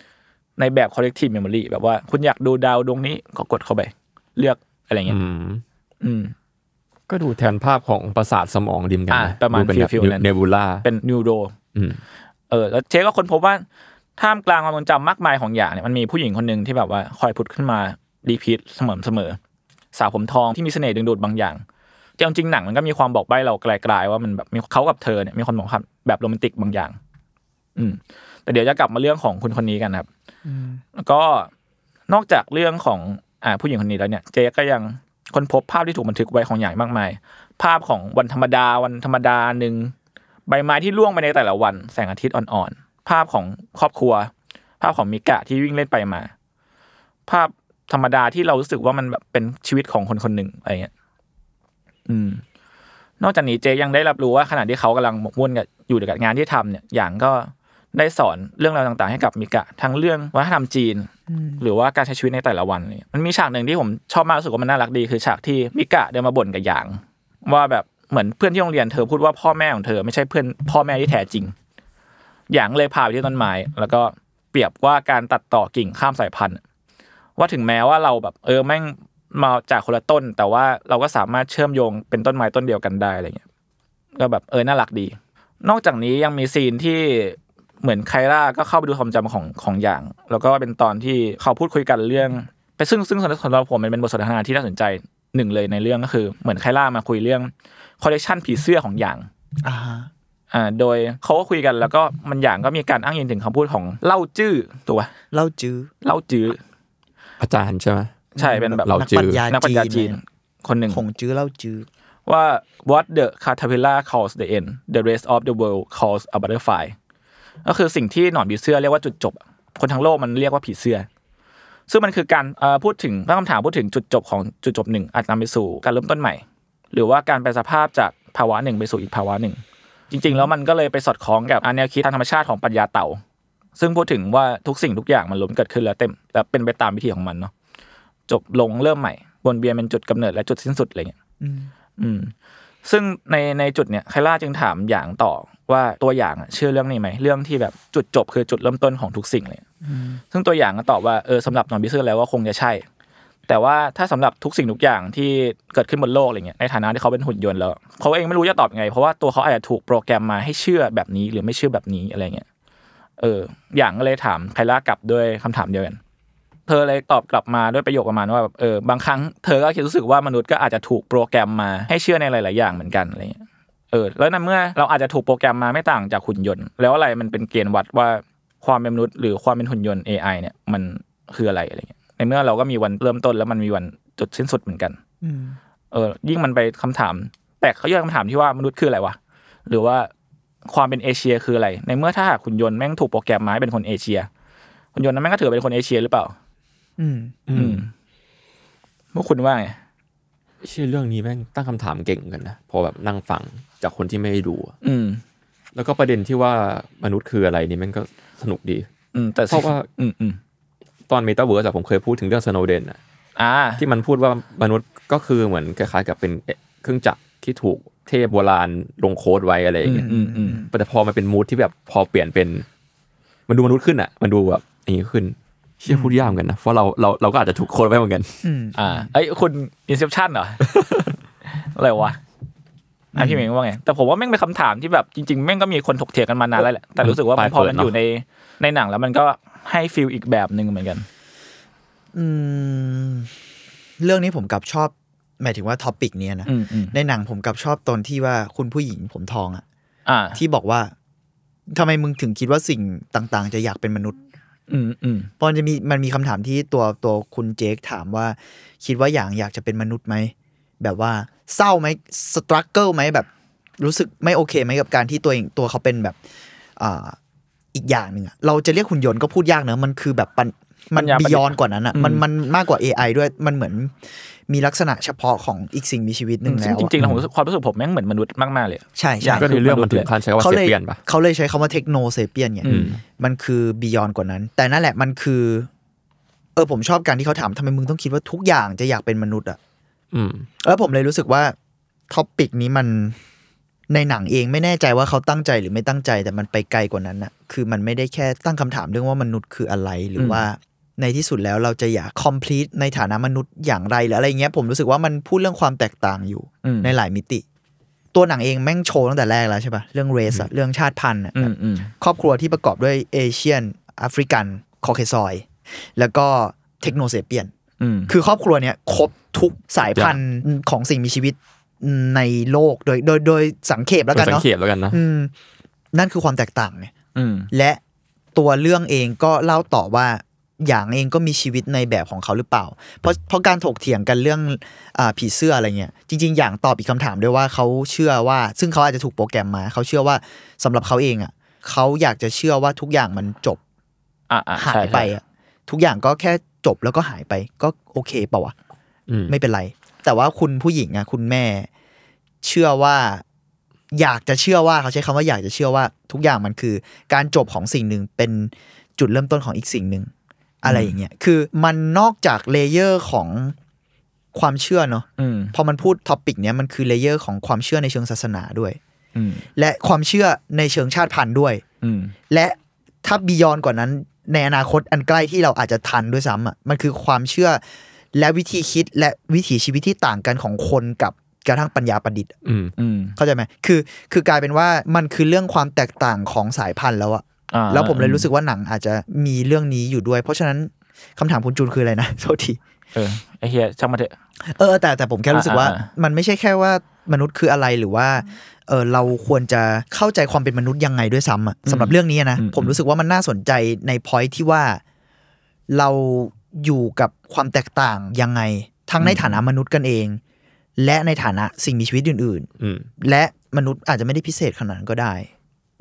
B: ำในแบบ collective memory แบบว่าคุณอยากดูดาวดวงนี้ก็กดเข้าไป เลือกอะไร
C: อื
B: เงี้ย
C: ม
B: อืม
C: ก็ดูแทนภาพของประสาทสมองดิมกัน
B: อ่ะประมาณ
C: ดูเป็นแบบ
B: feel- feel นั้น
C: เนบูล่า
B: เป็นนิวโด
C: อืม
B: เออแล้วเชก็ค้นพบว่าท่ามกลางความทรงจำมากมายของอย่างเนี่ยมันมีผู้หญิงคนหนึ่งที่แบบว่าคอยผุดขึ้นมารีพีทเสมอเสมอสาวผมทองที่มีเสน่ห์ดึงดูดบางอย่างแต่เอาจริงๆหนังมันก็มีความบอกใบ้เราไกลๆว่ามันแบบมีเขากับเธอเนี่ยมีคนบอกครับแบบโรแมนติกบางอย่าง อืม แต่เดี๋ยวจะกลับมาเรื่องของคุณคนนี้กันครับ
D: Mm.
B: แล้วก็นอกจากเรื่องของอ่าผู้หญิงคนนี้แล้วเนี่ย เจก็ยังค้นพบภาพที่ถูกบันทึกไว้ของอย่างมากมาย ภาพของวันธรรมดาวันธรรมดาหนึ่ง ใบไม้ที่ร่วงไปในแต่ละวัน แสงอาทิตย์อ่อนๆ ภาพของครอบครัว ภาพของมิกะที่วิ่งเล่นไปมา ภาพธรรมดาที่เรารู้สึกว่ามันแบบเป็นชีวิตของคนคนหนึ่งอะไรเงี้ยอืม นอกจากนี้เจยังได้รับรู้ว่าขณะที่เขากำลังหมกมุ่นกับอยู่กับงานที่ทำเนี่ย อย่างก็ได้สอนเรื่องราวต่างๆ ให้กับมิกะ ทั้งเรื่องวัฒนธรรมจีน หรือว่าการใช้ชีวิตในแต่ละวันเนี่ยมันมีฉากหนึ่งที่ผมชอบมากรู้สึกว่ามันน่ารักดีคือฉากที่มิกะเดินมาบ่นกับหยาง ว่าแบบเหมือนเพื่อนที่โรงเรียนเธอพูดว่าพ่อแม่ของเธอไม่ใช่เพื่อนพ่อแม่ที่แท้จริง อย่างเลยพาไปที่ต้นไม้ แล้วก็เปรียบว่าการตัดต่อกิ่งข้ามสายพันธุ์ ว่าถึงแม้ว่าเราแบบ เออแม่งมาจากคนละต้น แต่ว่าเราก็สามารถเชื่อมโยงเป็นต้นไม้ต้นเดียวกันได้อะไรเงี้ยก็แบบเออน่ารักดี นอกจากนี้ยังมีซีนที่เหมือนไคล่าก็เข้าไปดูความจำของของอย่าง แล้วก็เป็นตอนที่เขาพูดคุยกันเรื่องไปซึ่งซึ่งสำหรับผมมันเป็นบทสนทนาที่น่าสนใจหนึ่งเลยในเรื่องก็คือ เหมือนไคล่ามาคุยเรื่องคอลเลกชันผีเสื้อของอย่าง
A: อ่าฮะ
B: อ่าโดยเขาก็คุยกันแล้วก็มันอย่างก็มีการอ้างอิงถึงคำพูดของเล่าจื้อตัว
A: เล่าจื้อ
B: เล่าจื้อ
C: อาจารย์ใช่ไหม
B: ใช่เป็นแบบ
C: เล่า
A: นักปัญญา
B: นักปัญญาจี
A: จี
B: น
A: น
B: คนหนึ่ง
A: ของจื้อเล่าจื้อ
B: ว่า what the caterpillar calls the end the rest of the world calls a butterfly ก็คือสิ่งที่หนอนผีเสื้อเรียกว่าจุดจบ คนทั้งโลกมันเรียกว่าผีเสื้อ ซึ่งมันคือการเอ่อพูดถึงตั้งคำถามพูดถึงจุดจบของจุดจบหนึ่งอาจนำไปสู่การเริ่มต้นใหม่ หรือว่าการแปลสภาพจากภาวะหนึ่งไปสู่อีกภาวะหนึ่ง จริง ๆ แล้วมันก็เลยไปสอดคล้องกับแนวคิดทางธรรมชาติของปรัญญาเต่า ซึ่งพูดถึงว่าทุกสิ่งทุกอย่างมันล้มเกิดขึ้นแล้วเต็มแล้วเป็นไปตามวิธีของมันเนาะจบลงเริ่มใหม่วนเวียนเป็นจุดกำเนิดและจุดสิ้นสุดอะไรอย่างเงี้ย
A: อืม
B: อืมซึ่งในในจุดเนี่ยไคล่าจึงถามอย่างต่อว่าตัวอย่างอะเชื่อเรื่องนี้ไหมเรื่องที่แบบจุดจบคือจุดเริ่มต้นของทุกสิ่งเลย ซึ่งตัวอย่างก็ตอบว่าเออสำหรับนอนบิเซอร์แล้วว่าคงจะใช่ แต่ว่าถ้าสำหรับทุกสิ่งทุกอย่างที่เกิดขึ้นบนโลกอะไรเงี้ยในฐานะที่เขาเป็นหุ่นยนต์แล้วเขาเองไม่รู้จะตอบยังไง เพราะว่าตัวเขาอาจจะถูกโปรแกรมมาให้เชื่อแบบนี้หรือไม่เชื่อแบบนี้อะไรเงี้ยเออ อย่างก็เลยถามไคล่ากลับด้วยคำถามเดียวกัน เธอเลยตอบกลับมาด้วยประโยคประมาณว่าแบบเออบางครั้งเธอก็คิดรู้สึกว่ามนุษย์ก็อาจจะถูกโปรแกรมมาให้เชื่อในหลาย ๆ อย่างเหมือนกันอะไรเงี้ยเออแล้วนั้นเมื่อเราอาจจะถูกโปรแกรมมาไม่ต่างจากหุ่นยนต์ แล้วอะไรมันเป็นเกณฑ์วัดว่าความเป็นมนุษย์หรือความเป็นหุ่นยนต์ AI เนี่ยมันคืออะไรอะไรเงี้ยในเมื่อเราก็มีวันเริ่มต้นแล้วมันมีวันจุดสิ้นสุดเหมือนกัน
A: อืม
B: เออยิ่งมันไปคำถาม แต่เขายื่นคำถามที่ว่ามนุษย์คืออะไรวะ หรือว่าความเป็นเอเชียคืออะไร ในเมื่อถ้าหากหุ่นยนต์แม่งถูกโปรแกรมมาให้เป็นคนเอเชียหุ่นยนต์นั้นแม่งก็ถือเป็นคนเอเชียหรือเปล่า
A: อืม
C: อื
B: อื
C: ม
B: มพวกคุณว่าไง
C: ชื่อเรื่องนี้แม่งตั้งคำถามเก่งกันนะพอแบบนั่งฟังจากคนที่ไม่ได้ดูอะ
B: อืม
C: แล้วก็ประเด็นที่ว่ามนุษย์คืออะไรนี่แม่งก็สนุกดี
B: อืม แต่
C: เพราะว่า
B: อืมอืม
C: ตอนเมตาเวิร์สผมเคยพูดถึงเรื่องสโนเดนอะ
B: อ่า
C: ที่มันพูดว่ามนุษย์ก็คือเหมือนคล้ายๆกับเป็นเอ๊ะเครื่องจักรที่ถูกเทพโบราณลงโค้ดไว้อะไรอย่างเงี้ย
B: อืมอืม
C: แต่พอมันเป็นมูดที่แบบพอเปลี่ยนเป็น มันดูมนุษย์ขึ้นอะมันดูแบบอย่างนี้ขึ้นเชื่อพูดยากเหมือนกันนะเพราะเราเราเราก็อาจจะถูกโค้ดไว้เหมือนกัน
A: อืม
B: อ่าเอ้ยคุณอินเซพชัน เหรอ อะไรวะอ่ะพี่เมงว่าไง แต่ผมว่าแม่งเป็นคำถามที่แบบจริงๆ แม่งก็มีคนถกเถียงกันมานานแล้วแหละ แต่รู้สึกว่ามันพอมันอยู่ในในหนังแล้วมันก็ให้ฟิลอีกแบบหนึ่งเหมือนกัน
A: อืมเรื่องนี้ผมกลับชอบ หมายถึงว่าท็อปิกเนี้ยนะ
B: อืมอืม
A: ในหนังผมกลับชอบตอนที่ว่าคุณผู้หญิงผมทองอะ
B: อ่า
A: ที่บอกว่าทำไมมึงถึงคิดว่าสิ่งต่างๆ จะอยากเป็นมนุษย์
B: อืมอืม
A: เพราะมันจะมีมันมีคำถามที่ตัวตัวคุณเจคถามว่า คิดว่าอย่างอยากจะเป็นมนุษย์ไหม แบบว่าเศร้าไหมสตรัคเกิลไหมแบบรู้สึกไม่โอเคไหมกับการที่ตัวเองตัวเขาเป็นแบบอ่าอีกอย่างหนึ่งอะเราจะเรียกหุ่นยนต์ก็พูดยากเนอะมันคือแบบปันมั
B: ปั
A: น
B: ญญาป
A: บี
B: ระดิษฐ์
A: ยอนกว่านั้นอะ
B: อืม
A: มันมันมากกว่า AI ด้วยมันเหมือนมีลักษณะเฉพาะของอีกสิ่งมีชีวิตหนึ่ง
B: ซึ่ง
A: แล้ว
B: จ
A: อะ
B: ริงๆแล้วผมรู้สึกความรู้สึกผมแม่งเหมือนมนุษย์มากๆเลย
A: ใช่
B: อ
A: ใช่
B: ยาก
C: ก็ในเรื่องมันถึงขั้นใช้คำว่า
A: เขา
C: เซ
A: เลย
C: เปียนปะ
A: เขาเลยใช้คำว่าเทคโนเซเปียนไง
C: อืม
A: มันคือบียอนกว่านั้น แต่นั่นแหละมันคือ เออผมชอบการที่เขาถามทำไมมึงต้องคิดว่าทุกอย่างจะอยากเป็นมนุษย์อะ
C: อืม
A: แล้วผมเลยรู้สึกว่าท็อปิกนี้มัน ในหนังเองไม่แน่ใจว่าเขาตั้งใจหรือไม่ตั้งใจแต่มันไปไกลกว่านั้นน่ะคือมันไม่ได้แค่ตั้งคำถามเรื่องว่ามนุษย์คืออะไรหรือว่าในที่สุดแล้วเราจะอยาก complete ในฐานะมนุษย์อย่างไรหรืออะไรเงี้ยผมรู้สึกว่ามันพูดเรื่องความแตกต่างอยู่
B: อืม
A: ในหลายมิติ ตัวหนังเองแม่งโชว์ตั้งแต่แรกแล้วใช่ปะเรื่องเรสอะเรื่องชาติพันธุ์อะ
B: อืมอืม
A: ครอบครัวที่ประกอบด้วยเอเชียนแอฟริกัน คอเคซอย แล้วก็เทคโนเซเปียน
B: อืม
A: คือครอบครัวเนี้ยครบทุกสายพันธุ์ของสิ่งมีชีวิตในโลกโดยโดยโดยสังเขปแล้วกัน
C: สัง
A: เนาะ
C: เกตแล้วกันนะ
A: อืมนั่นคือความแตกต่างไง
B: อืม
A: และตัวเรื่องเองก็เล่าต่อว่าอย่างเองก็มีชีวิตในแบบของเขาหรือเปล่า เพราะเพราะการถกเถียงกันเรื่องอาผีเสื้ออะไรเงี้ยจริง ๆ อย่างตอบอีกคำถามด้วยว่าเขาเชื่อว่า ซึ่งเขาอาจจะถูกโปรแกรมมาเขาเชื่อว่าสำหรับเขาเองอ่ะเขาอยากจะเชื่อว่าทุกอย่างมันจบ
B: อ่ะอ่ะ
A: หา
B: ใช่
A: ย
B: ใช่
A: ไปอะทุกอย่างก็แค่จบแล้วก็หายไป ก็โอเคเปล่าวะ
C: อืม
A: ไม่เป็นไร แต่ว่าคุณผู้หญิงอะคุณแม่ เชื่อว่า อยากจะเชื่อว่าเขาใช้คำว่าอยากจะเชื่อว่า ทุกอย่างมันคือ การจบของสิ่งหนึ่งเป็นจุดเริ่มต้นของอีกสิ่งหนึ่งอะไรอย่างเงี้ยคือมันนอกจากเลเยอร์ของความเชื่อเนอะ
B: อืม
A: พอมันพูดท็อปิกเนี้ยมันคือเลเยอร์ของความเชื่อในเชิงศาสนาด้วย
B: อืม
A: และความเชื่อในเชิงชาติพันธุ์ด้วย
B: อืม
A: และถ้าบียอนกว่านั้นในอนาคตอันใกล้ที่เราอาจจะทันด้วยซ้ำอ่ะมันคือความเชื่อและวิธีคิดและวิถีชีวิตที่ต่างกันของคนกับกระทั่งปัญญาประดิษฐ์อะ
C: อืม
B: อืม
A: เข้าใจไหมคือคือกลายเป็นว่ามันคือเรื่องความแตกต่างของสายพันธุ์แล้วอะ
B: อ่า
A: แล้วผมเลยรู้สึกว่าหนังอาจจะมีเรื่องนี้อยู่ด้วย เพราะฉะนั้นคำถามคุณจูนคืออะไรนะ โทษที
B: เออไอเฮียช่างมาเถอะ
A: เออแต่แต่ผมแค่รู้สึกว่า
B: อ่าอ่า
A: มันไม่ใช่แค่ว่ามนุษย์คืออะไรหรือว่าเออเราควรจะเข้าใจความเป็นมนุษย์ยังไงด้วยซ้ำอะสำหรับเรื่องนี้นะ
B: อืม
A: ผมรู้สึกว่ามันน่าสนใจในพอยที่ว่าเราอยู่กับความแตกต่างยังไง ทั้งในฐานะมนุษย์กันเอง และในฐานะสิ่งมีชีวิตอื่น
C: อืม
A: ๆ และมนุษย์อาจจะไม่ได้พิเศษขนาดนั้นก็ได้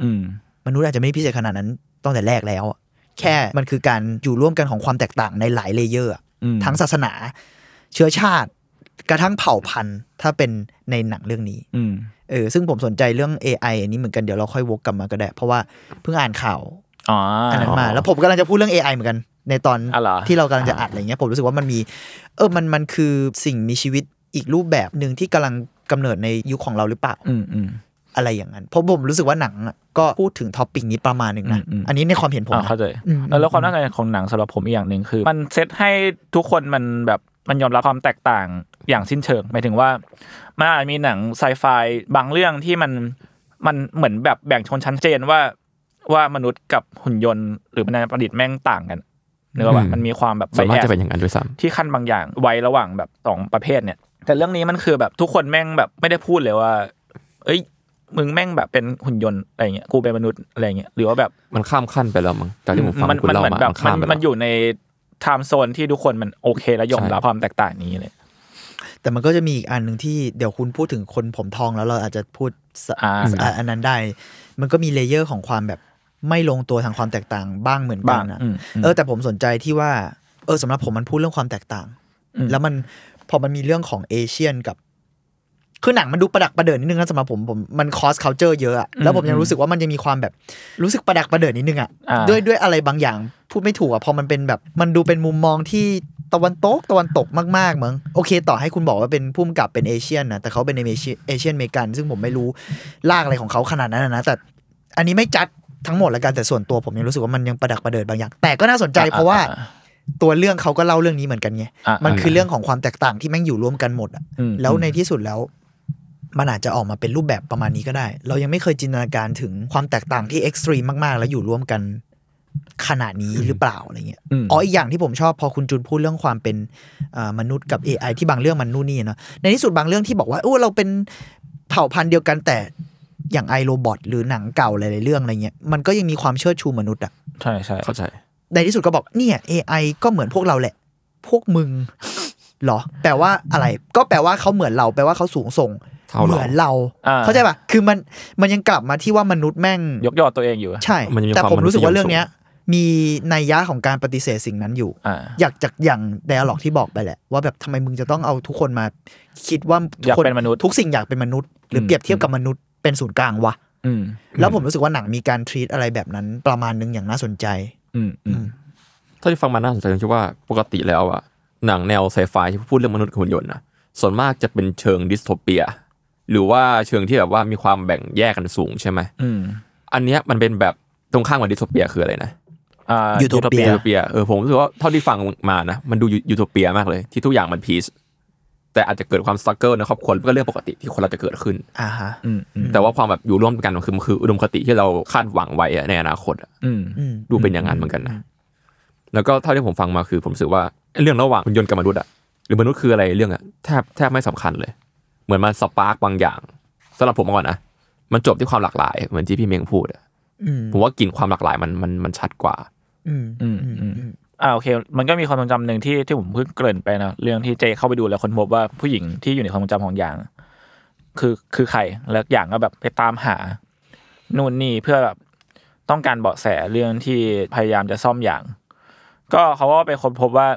B: อืม
A: มนุษย์อาจจะไม่ได้พิเศษขนาดนั้นตั้งแต่แรกแล้วอะแค่มันคือการอยู่ร่วมกันของความแตกต่างในหลายเลเยอร์อะ
B: อืม
A: ทั้งศาสนา เชื้อชาติ กระทั่งเผ่าพันธุ์ ถ้าเป็นในหนังเรื่องนี้
B: อืม
A: เออซึ่งผมสนใจเรื่อง AI อันนี้เหมือนกันเดี๋ยวเราค่อยวกกลับมาก็ได้ เพราะว่าเพิ่งอ่านข่าว
B: อ๋ออ
A: อันนั้นมา แล้วผมกำลังจะพูดเรื่อง AI เหมือนกัน ในตอน
B: อ๋อเหรอ
A: ที่เรากำลังจะอัดอะไรเงี้ยผมรู้สึกว่ามันมี เออมันมันคือสิ่งมีชีวิตอีกรูปแบบหนึ่งที่กำลังกำเนิดในยุคของเราหรือเปล่า
B: อืมอืม
A: อะไรอย่างนั้น เพราะผมรู้สึกว่าหนังอะก็พูดถึงท็อปปิกนี้ประมาณหนึ่งนะ
B: อืมอืม
A: อันนี้ในความเห็นผม
B: อ่า
A: นะ
B: เข้าใจ
A: อืม
B: แล้วความน่าสนใจของหนังสำหรับผมอีกอย่างหนึ่งคือ มันเซตให้ทุกคนมันแบบมันยอมรับความแตกต่างอย่างสิ้นเชิงหมายถึงว่ามันอาจมีหนังไซไฟบางเรื่องที่มันมันเหมือนแบบแบ่งชนชั้นเจนว่าว่ามนุษย์กับหุ่นยนต์ หรือปัญญาประดิษฐ์แม่งต่างกันเนื้อว่ามันมีความแบบ
C: ส่วนมาก
B: bias
C: จะเป็นอย่างนั้นด้วยซ้ำ
B: ที่ขั้นบางอย่างไว้ระหว่างแบบสองประเภทเนี่ย แต่เรื่องนี้มันคือแบบทุกคนแม่งแบบไม่ได้พูดเลยว่า เอ้ยมึงแม่งแบบเป็นหุ่นยนต์อะไรเงี้ยกูเป็นมนุษย์อะไรเงี้ยหรือว่าแบบ
C: มันข้ามขั้นไปแล้วมั้งจากที่ผมฟัง
B: มัน
C: คุณ
B: มัน
C: เล่า
B: เหมือน
C: มา
B: แบบ
C: มันข้ามไป
B: มัน
C: แล้ว
B: อยู่ในไทม์โซนที่ทุกคนมันโอเคและยอม
C: ใช่
B: รับความแตกต่างนี้เลย
A: แต่มันก็จะมีอีกอันหนึ่งที่เดี๋ยวคุณพูดถึงคนผมทองแล้วเราอาจจะพูดสะ
B: อ่า
A: อ่าอันนั้นได้ มันก็มีเลเยอร์ของความแบบไม่ลงตัวทางความแตกต่างบ้างเหมือนกัน
B: บ้าง
A: นะ
B: อืม
A: เออแต่ผมสนใจที่ว่าเออสำหรับผมมันพูดเรื่องความแตกต่าง
B: อืม
A: แล้วมันพอมันมีเรื่องของเอเชียนกับคือหนังมันดูประดักประเดินนิดนึงนะสำหรับผมผมมันคอสเคาเจอร์เยอะอะแล้วผมยังรู้สึกว่ามันยังมีความแบบรู้สึกประดักประเดินนิดนึงอะ
B: อ่า
A: ด้วยด้วยอะไรบางอย่างพูดไม่ถูกอะพอมันเป็นแบบ มันดูเป็นมุมมองที่ตะวันตกตะวันตกมากๆมั้งโอเค ต่อให้คุณบอกว่าเป็นผู้กำกับเป็นเอเชียนนะแต่เขาเป็นเอเชียเอเชียนเมกันซึ่งผมไม่รู้ลากอะไรของเขาขนาดนั้นนะแต่ อันนี้ไม่จัดทั้งหมดละกันแต่ส่วนตัวผมยังรู้สึกว่ามันยังประดักประเดินบางอย่าง แต่ก็น่าสนใจ
B: อ่า
A: เพราะว่า
B: อ่า
A: ตัวเรื่องเขาก็เล่าเรื่องนี้เหมือนกันไง
B: อ่ามั
A: มันคือเรื่องของความแตกต่างที่แม่งอยู่ร่วมกันหมดอะ
B: อืม
A: แล้วในที่สุดแล้ว มันอาจจะออกมาเป็นรูปแบบประมาณนี้ก็ได้ เรายังไม่เคยจินตนาการถึงความแตกต่างที่เอ็กซ์ตรีมมากๆ แล้วอยู่ร่วมกันขนาดนี้หรือเปล่าอะไรเงี้ย
B: อืม
A: อ๋ออีกอย่างที่ผมชอบพอคุณจุนพูดเรื่องความเป็นเอ่อมนุษย์กับ AI ที่บางเรื่องมันนู่นนี่เนาะในที่สุดบางเรื่องที่บอกว่าโอ้เราเป็น เผ่าพันธุ์เดียวกันแต่อย่างไอโรบอทหรือหนังเก่าหลายๆเรื่องอะไรเงี้ยมันก็ยังมีความเชิดชูมนุษย์อะ
B: ใช่ใช่
C: เข้าใจ
A: ในที่สุดก็บอกเนี่ย AI ก็เหมือนพวกเราแหละ พวกมึง เหรอ แปลว่าอะไร ก็แปลว่าเขาเหมือนเราแปลว่าเขาสูงส่ง
C: เท่าเรา
A: มือนเรา
B: อ่
A: เข้าใจปะคือมันมันยังกลับมาที่ว่ามนุษย์แม่ง
B: ยกยอตัวเองอยู่
A: ใช่
C: มันยังมี
A: แต่
C: ความ
A: ผมรู้สึกว่าเรื่อง
C: มนุษย์นิยม
A: เนี้ย มีนัยยะของการปฏิเสธสิ่งนั้นอยู่
B: อ่า
A: อยากจากอย่างไดอะล็อกที่บอกไปแหละ ว่าแบบทำไมมึงจะต้องเอาทุกคนมา คิดว่าทุ
B: อ
A: กค
B: ยากเป็นมนุษย์
A: ทุกสิ่งอยากเป็นมนุษย์ หรือ
B: ม
A: อเปรียบเทียบกับมนุษย์เป็นศูนย์กลางวะ
B: อืม
A: แล้วผมรู้สึกว่าหนังมีการทรีตอะไรแบบนั้นประมาณนึงอย่างน่าสนใจ
B: อืมอืม
C: ถ้าที่ฟังมาน่าสนใจตรงที่ว่าปกติแล้วอะหนังแนวไซไฟที่พูดเรื่องมนุษย์กับหุ่นยนต์นะส่วนมากจะเป็นเชิงดิสโทเปีย หรือว่าเชิงที่แบบว่ามีความแบ่งแยกกันสูงใช่ไหม
B: อืม
C: อันเนี้ยมันเป็นแบบตรงข้ามกับดิสโทเปียคืออะไรนะ
B: อ่า
A: Utopia
C: ยูโทเปียเออผมรู้สึกว่าเท่าที่ฟังมานะมันดูยูโทเปียมากเลย ที่ทุกอย่างมันพีซแต่อาจจะเกิดความสตรัคเกิลในครอบครัวก็เรื่องปกติที่คนเราจะเกิดขึ้น
A: อ่าฮะ
B: อืมอืม
C: แต่ว่าความแบบอยู่ร่วมกันมันคือมันคืออุดมคติที่เราคาดหวังไว้อะในอนาคตอะ
B: อืม
A: อืม
C: ดูเป็นอย่างนั้นเหมือนกันนะ แล้วก็เท่าที่ผมฟังมาคือผมรู้สึกว่าไอ้เรื่องระหว่างหุ่นยนต์กับมนุษย์อะหรือมนุษย์คืออะไรเรื่องอะแทบแทบไม่สำคัญเลย เหมือนมันสปาร์กบางอย่างสำหรับผมก่อนนะ มันจบที่ความหลากหลาย เหมือนที่พี่เมงพูดอะ
A: อืม
C: ผมว่ากลิ่นความหลากหลายมันมันมันชัดกว่า
A: อืม
B: อื
A: อื
B: ม
A: ม
B: อื
A: อื
B: ม
A: ม
B: อื
A: อื
B: ม
A: ม
B: อ่าโอเค มันก็มีความทรงจำหนึ่งที่ที่ผมเพิ่งเกริ่นไปนะเรื่องที่เจเข้าไปดูแล้วคนพบว่าผู้หญิงที่อยู่ในความทรงจำของอย่าง คือคือใครแล้วอย่างก็แบบไปตามหานู่นนี่เพื่อแบบต้องการเบาะแสเรื่องที่พยายามจะซ่อมอย่าง ก็เขาก็ไปค้นพบว่า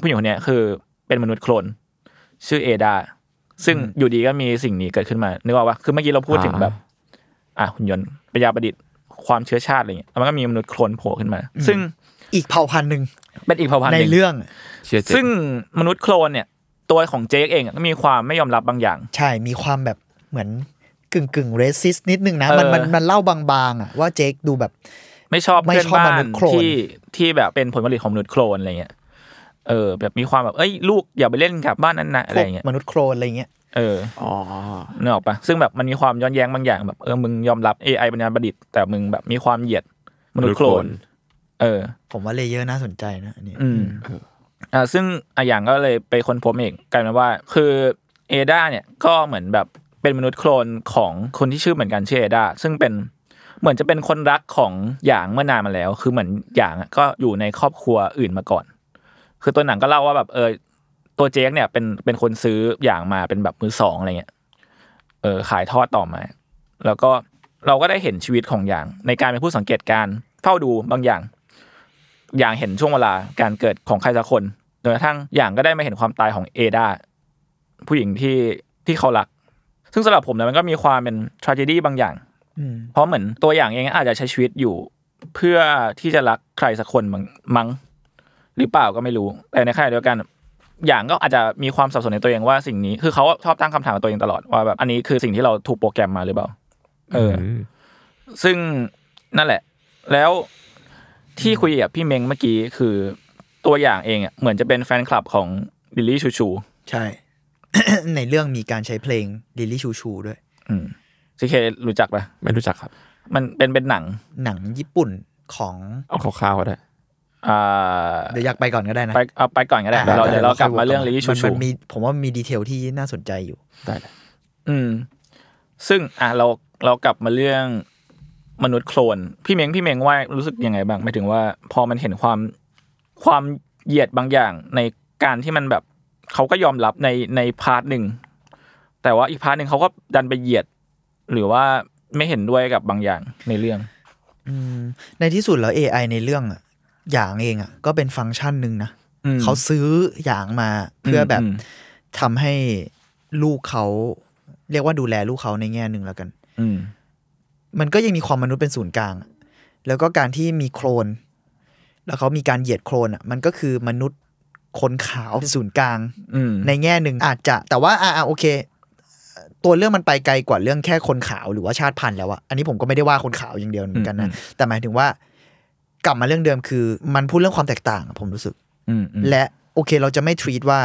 B: ผู้หญิงคนเนี้ยคือเป็นมนุษย์โคลนชื่อเอดาซึ่งอยู่ดีก็มีสิ่งนี้เกิดขึ้นมานึกออกปะคือเมื่อกี้เราพูดถึง
C: อ่า
B: แบบ อ่ะหุ่นยนต์ปัญญาประดิษฐ์ความเชื้อชาติอะไรเงี้ยแล้วมันก็มีมนุษย์โคลนโผล่ขึ้นมา ซึ่ง
A: อีกเผ่าพันธุ์หนึ่ง
B: เป็นอีกเผ่าพันธุ์
A: ใน
B: หนึ่ง
A: เรื่อง
C: เชื่อเจ
B: ซึ่งมนุษย์โคลนเนี่ย ตัวของเจคเองอะก็มีความไม่ยอมรับบางอย่าง
A: ใช่มีความแบบเหมือนกึ่งกึ่งเรสซิสนิดนึงนะ มัน
B: เออ
A: มันมันเล่าบางๆอ่ะว่าเจคดูแบบ
B: ไม่ชอบ
A: ไม่
B: เพื่อน
A: ชอบ
B: บ้าม
A: นุ
B: น
A: ษย์โคลน
B: ที่ที่แบบเป็นผลผลิตของมนุษย์โคลนอะไรเงี้ยเออ แบบมีความแบบเอ้ยลูกอย่าไปเล่นกับบ้านนั้นนะอะ
A: พ
B: ไร
A: วก
B: เงี้ย
A: มนุษย์โครนอะไรเงี้ย
B: เออ
C: อ๋อ
B: นึกออกปะซึ่งแบบมันมีความย้อนแย้งบางอย่างแบบเออมึงยอมรับ AI ปัญญาประดิษฐ์แต่มึงแบบมีความเหยียดมนุษย์โคลน เออ
A: ผมว่าเลเยอร์น่าสนใจนะอันนี้
B: อืมอ่าซึ่งอะอย่างก็เลยไปค้นพบเองกลายเป็นว่า คือเอดาเนี่ยก็เหมือนแบบเป็นมนุษย์โคลนของคนที่ชื่อเหมือนกันชื่อเอดาซึ่งเป็นเหมือนจะเป็นคนรักของหยางเมื่อนานมาแล้ว คือเหมือนหยางอะก็อยู่ในครอบครัวอื่นมาก่อน คือตัวหนังก็เล่าว่าแบบเออตัวเจคเนี่ยเป็นเป็นคนซื้อหยางมาเป็นแบบมือสองอะไรเงี้ยเออขายทอดต่อมา แล้วก็เราก็ได้เห็นชีวิตของหยาง ในการเป็นผู้สังเกตการณ์เฝ้าดูบางอย่าง อย่างเห็นช่วงเวลาการเกิดของใครสักคนจนกระทั่งอย่างก็ได้มาเห็นความตายของเอดาผู้หญิงที่ที่เขารัก ซึ่งสำหรับผมนะมันก็มีความเป็น tragedy บางอย่าง
A: อืม
B: เพราะเหมือนตัวอย่างเองอาจจะใช้ชีวิตอยู่เพื่อที่จะรักใครสักคนมั้งมั้งหรือเปล่าก็ไม่รู้ แต่ในขณะเดียวกัน อย่างก็อาจจะมีความสับสนในตัวเองว่าสิ่งนี้คือเขาชอบตั้งคำถามกับตัวเองตลอดว่าแบบอันนี้คือสิ่งที่เราถูกโปรแกรมมาหรือเปล่า เออ ซึ่งนั่นแหละ แล้วที่คุยกับพี่เมงเมื่อกี้คือตัวอย่างเองอ่ะเหมือนจะเป็นแฟนคลับของลิลลี่ชูชู
A: ใช่ ในเรื่องมีการใช้เพลงลิลลี่ชูชูด้วย
B: อืมซีเครู้จักปะ
C: ไม่รู้จักครับ
B: มันเป็นเป็นหนัง
A: หนังญี่ปุ่นของ
C: เอาคร่าวๆก็ได้
B: อ่า
A: เดี๋ยวอยากไปก่อนก็ได้นะ
B: ไปเอาไปก่อนก็ได้เดี๋ยวเราเดี๋ยวเรากลับมาเรื่องลิลลี่ชู
A: มัน
B: ชู
A: มันมีผมว่ามีดีเทลที่น่าสนใจอยู่
C: ได้เลย
B: อืม ซึ่งอ่ะเราเรากลับมาเรื่องมนุษย์โคลน พี่เมงพี่เมงว่ารู้สึกยังไงบ้างหมายถึงว่า พอมันเห็นความความเหยียดบางอย่างในการที่มันแบบเขาก็ยอมรับในในพาร์ทหนึ่ง แต่ว่าอีกพาร์ทหนึ่งเขาก็ดันไปเหยียด หรือว่าไม่เห็นด้วยกับบางอย่างในเรื่อง
A: อืมในที่สุดแล้ว AI ในเรื่องอะอย่างเองอ่ะ ก็เป็นฟังก์ชันหนึ่งนะ
B: อืม
A: เขาซื้ออย่างมาเพื่อแบบ
B: อืม
A: ทำให้ลูกเขาเรียกว่าดูแลลูกเขาในแง่หนึ่งแล้วกัน
B: อืม
A: มันก็ยังมีความมนุษย์เป็นศูนย์กลางอะแล้วก็การที่มีโครน แล้วเขามีการเหยียดโครนอ่ะ มันก็คือมนุษย์คนขาวเป็นศูนย์กลาง
B: อืม
A: ในแง่หนึ่งอาจจะแต่ว่าอ่าโอเค ตัวเรื่องมันไปไกลกว่าเรื่องแค่คนขาวหรือว่าชาติพันธุ์แล้วอะอันนี้ผมก็ไม่ได้ว่าคนขาวอย่างเดียวเหมือนกันนะ
B: อืม
A: แต่หมายถึงว่ากลับมาเรื่องเดิมคือ มันพูดเรื่องความแตกต่างอะผมรู้สึก
B: อืมอืม
A: และโอเคเราจะไม่ท e ีตว่า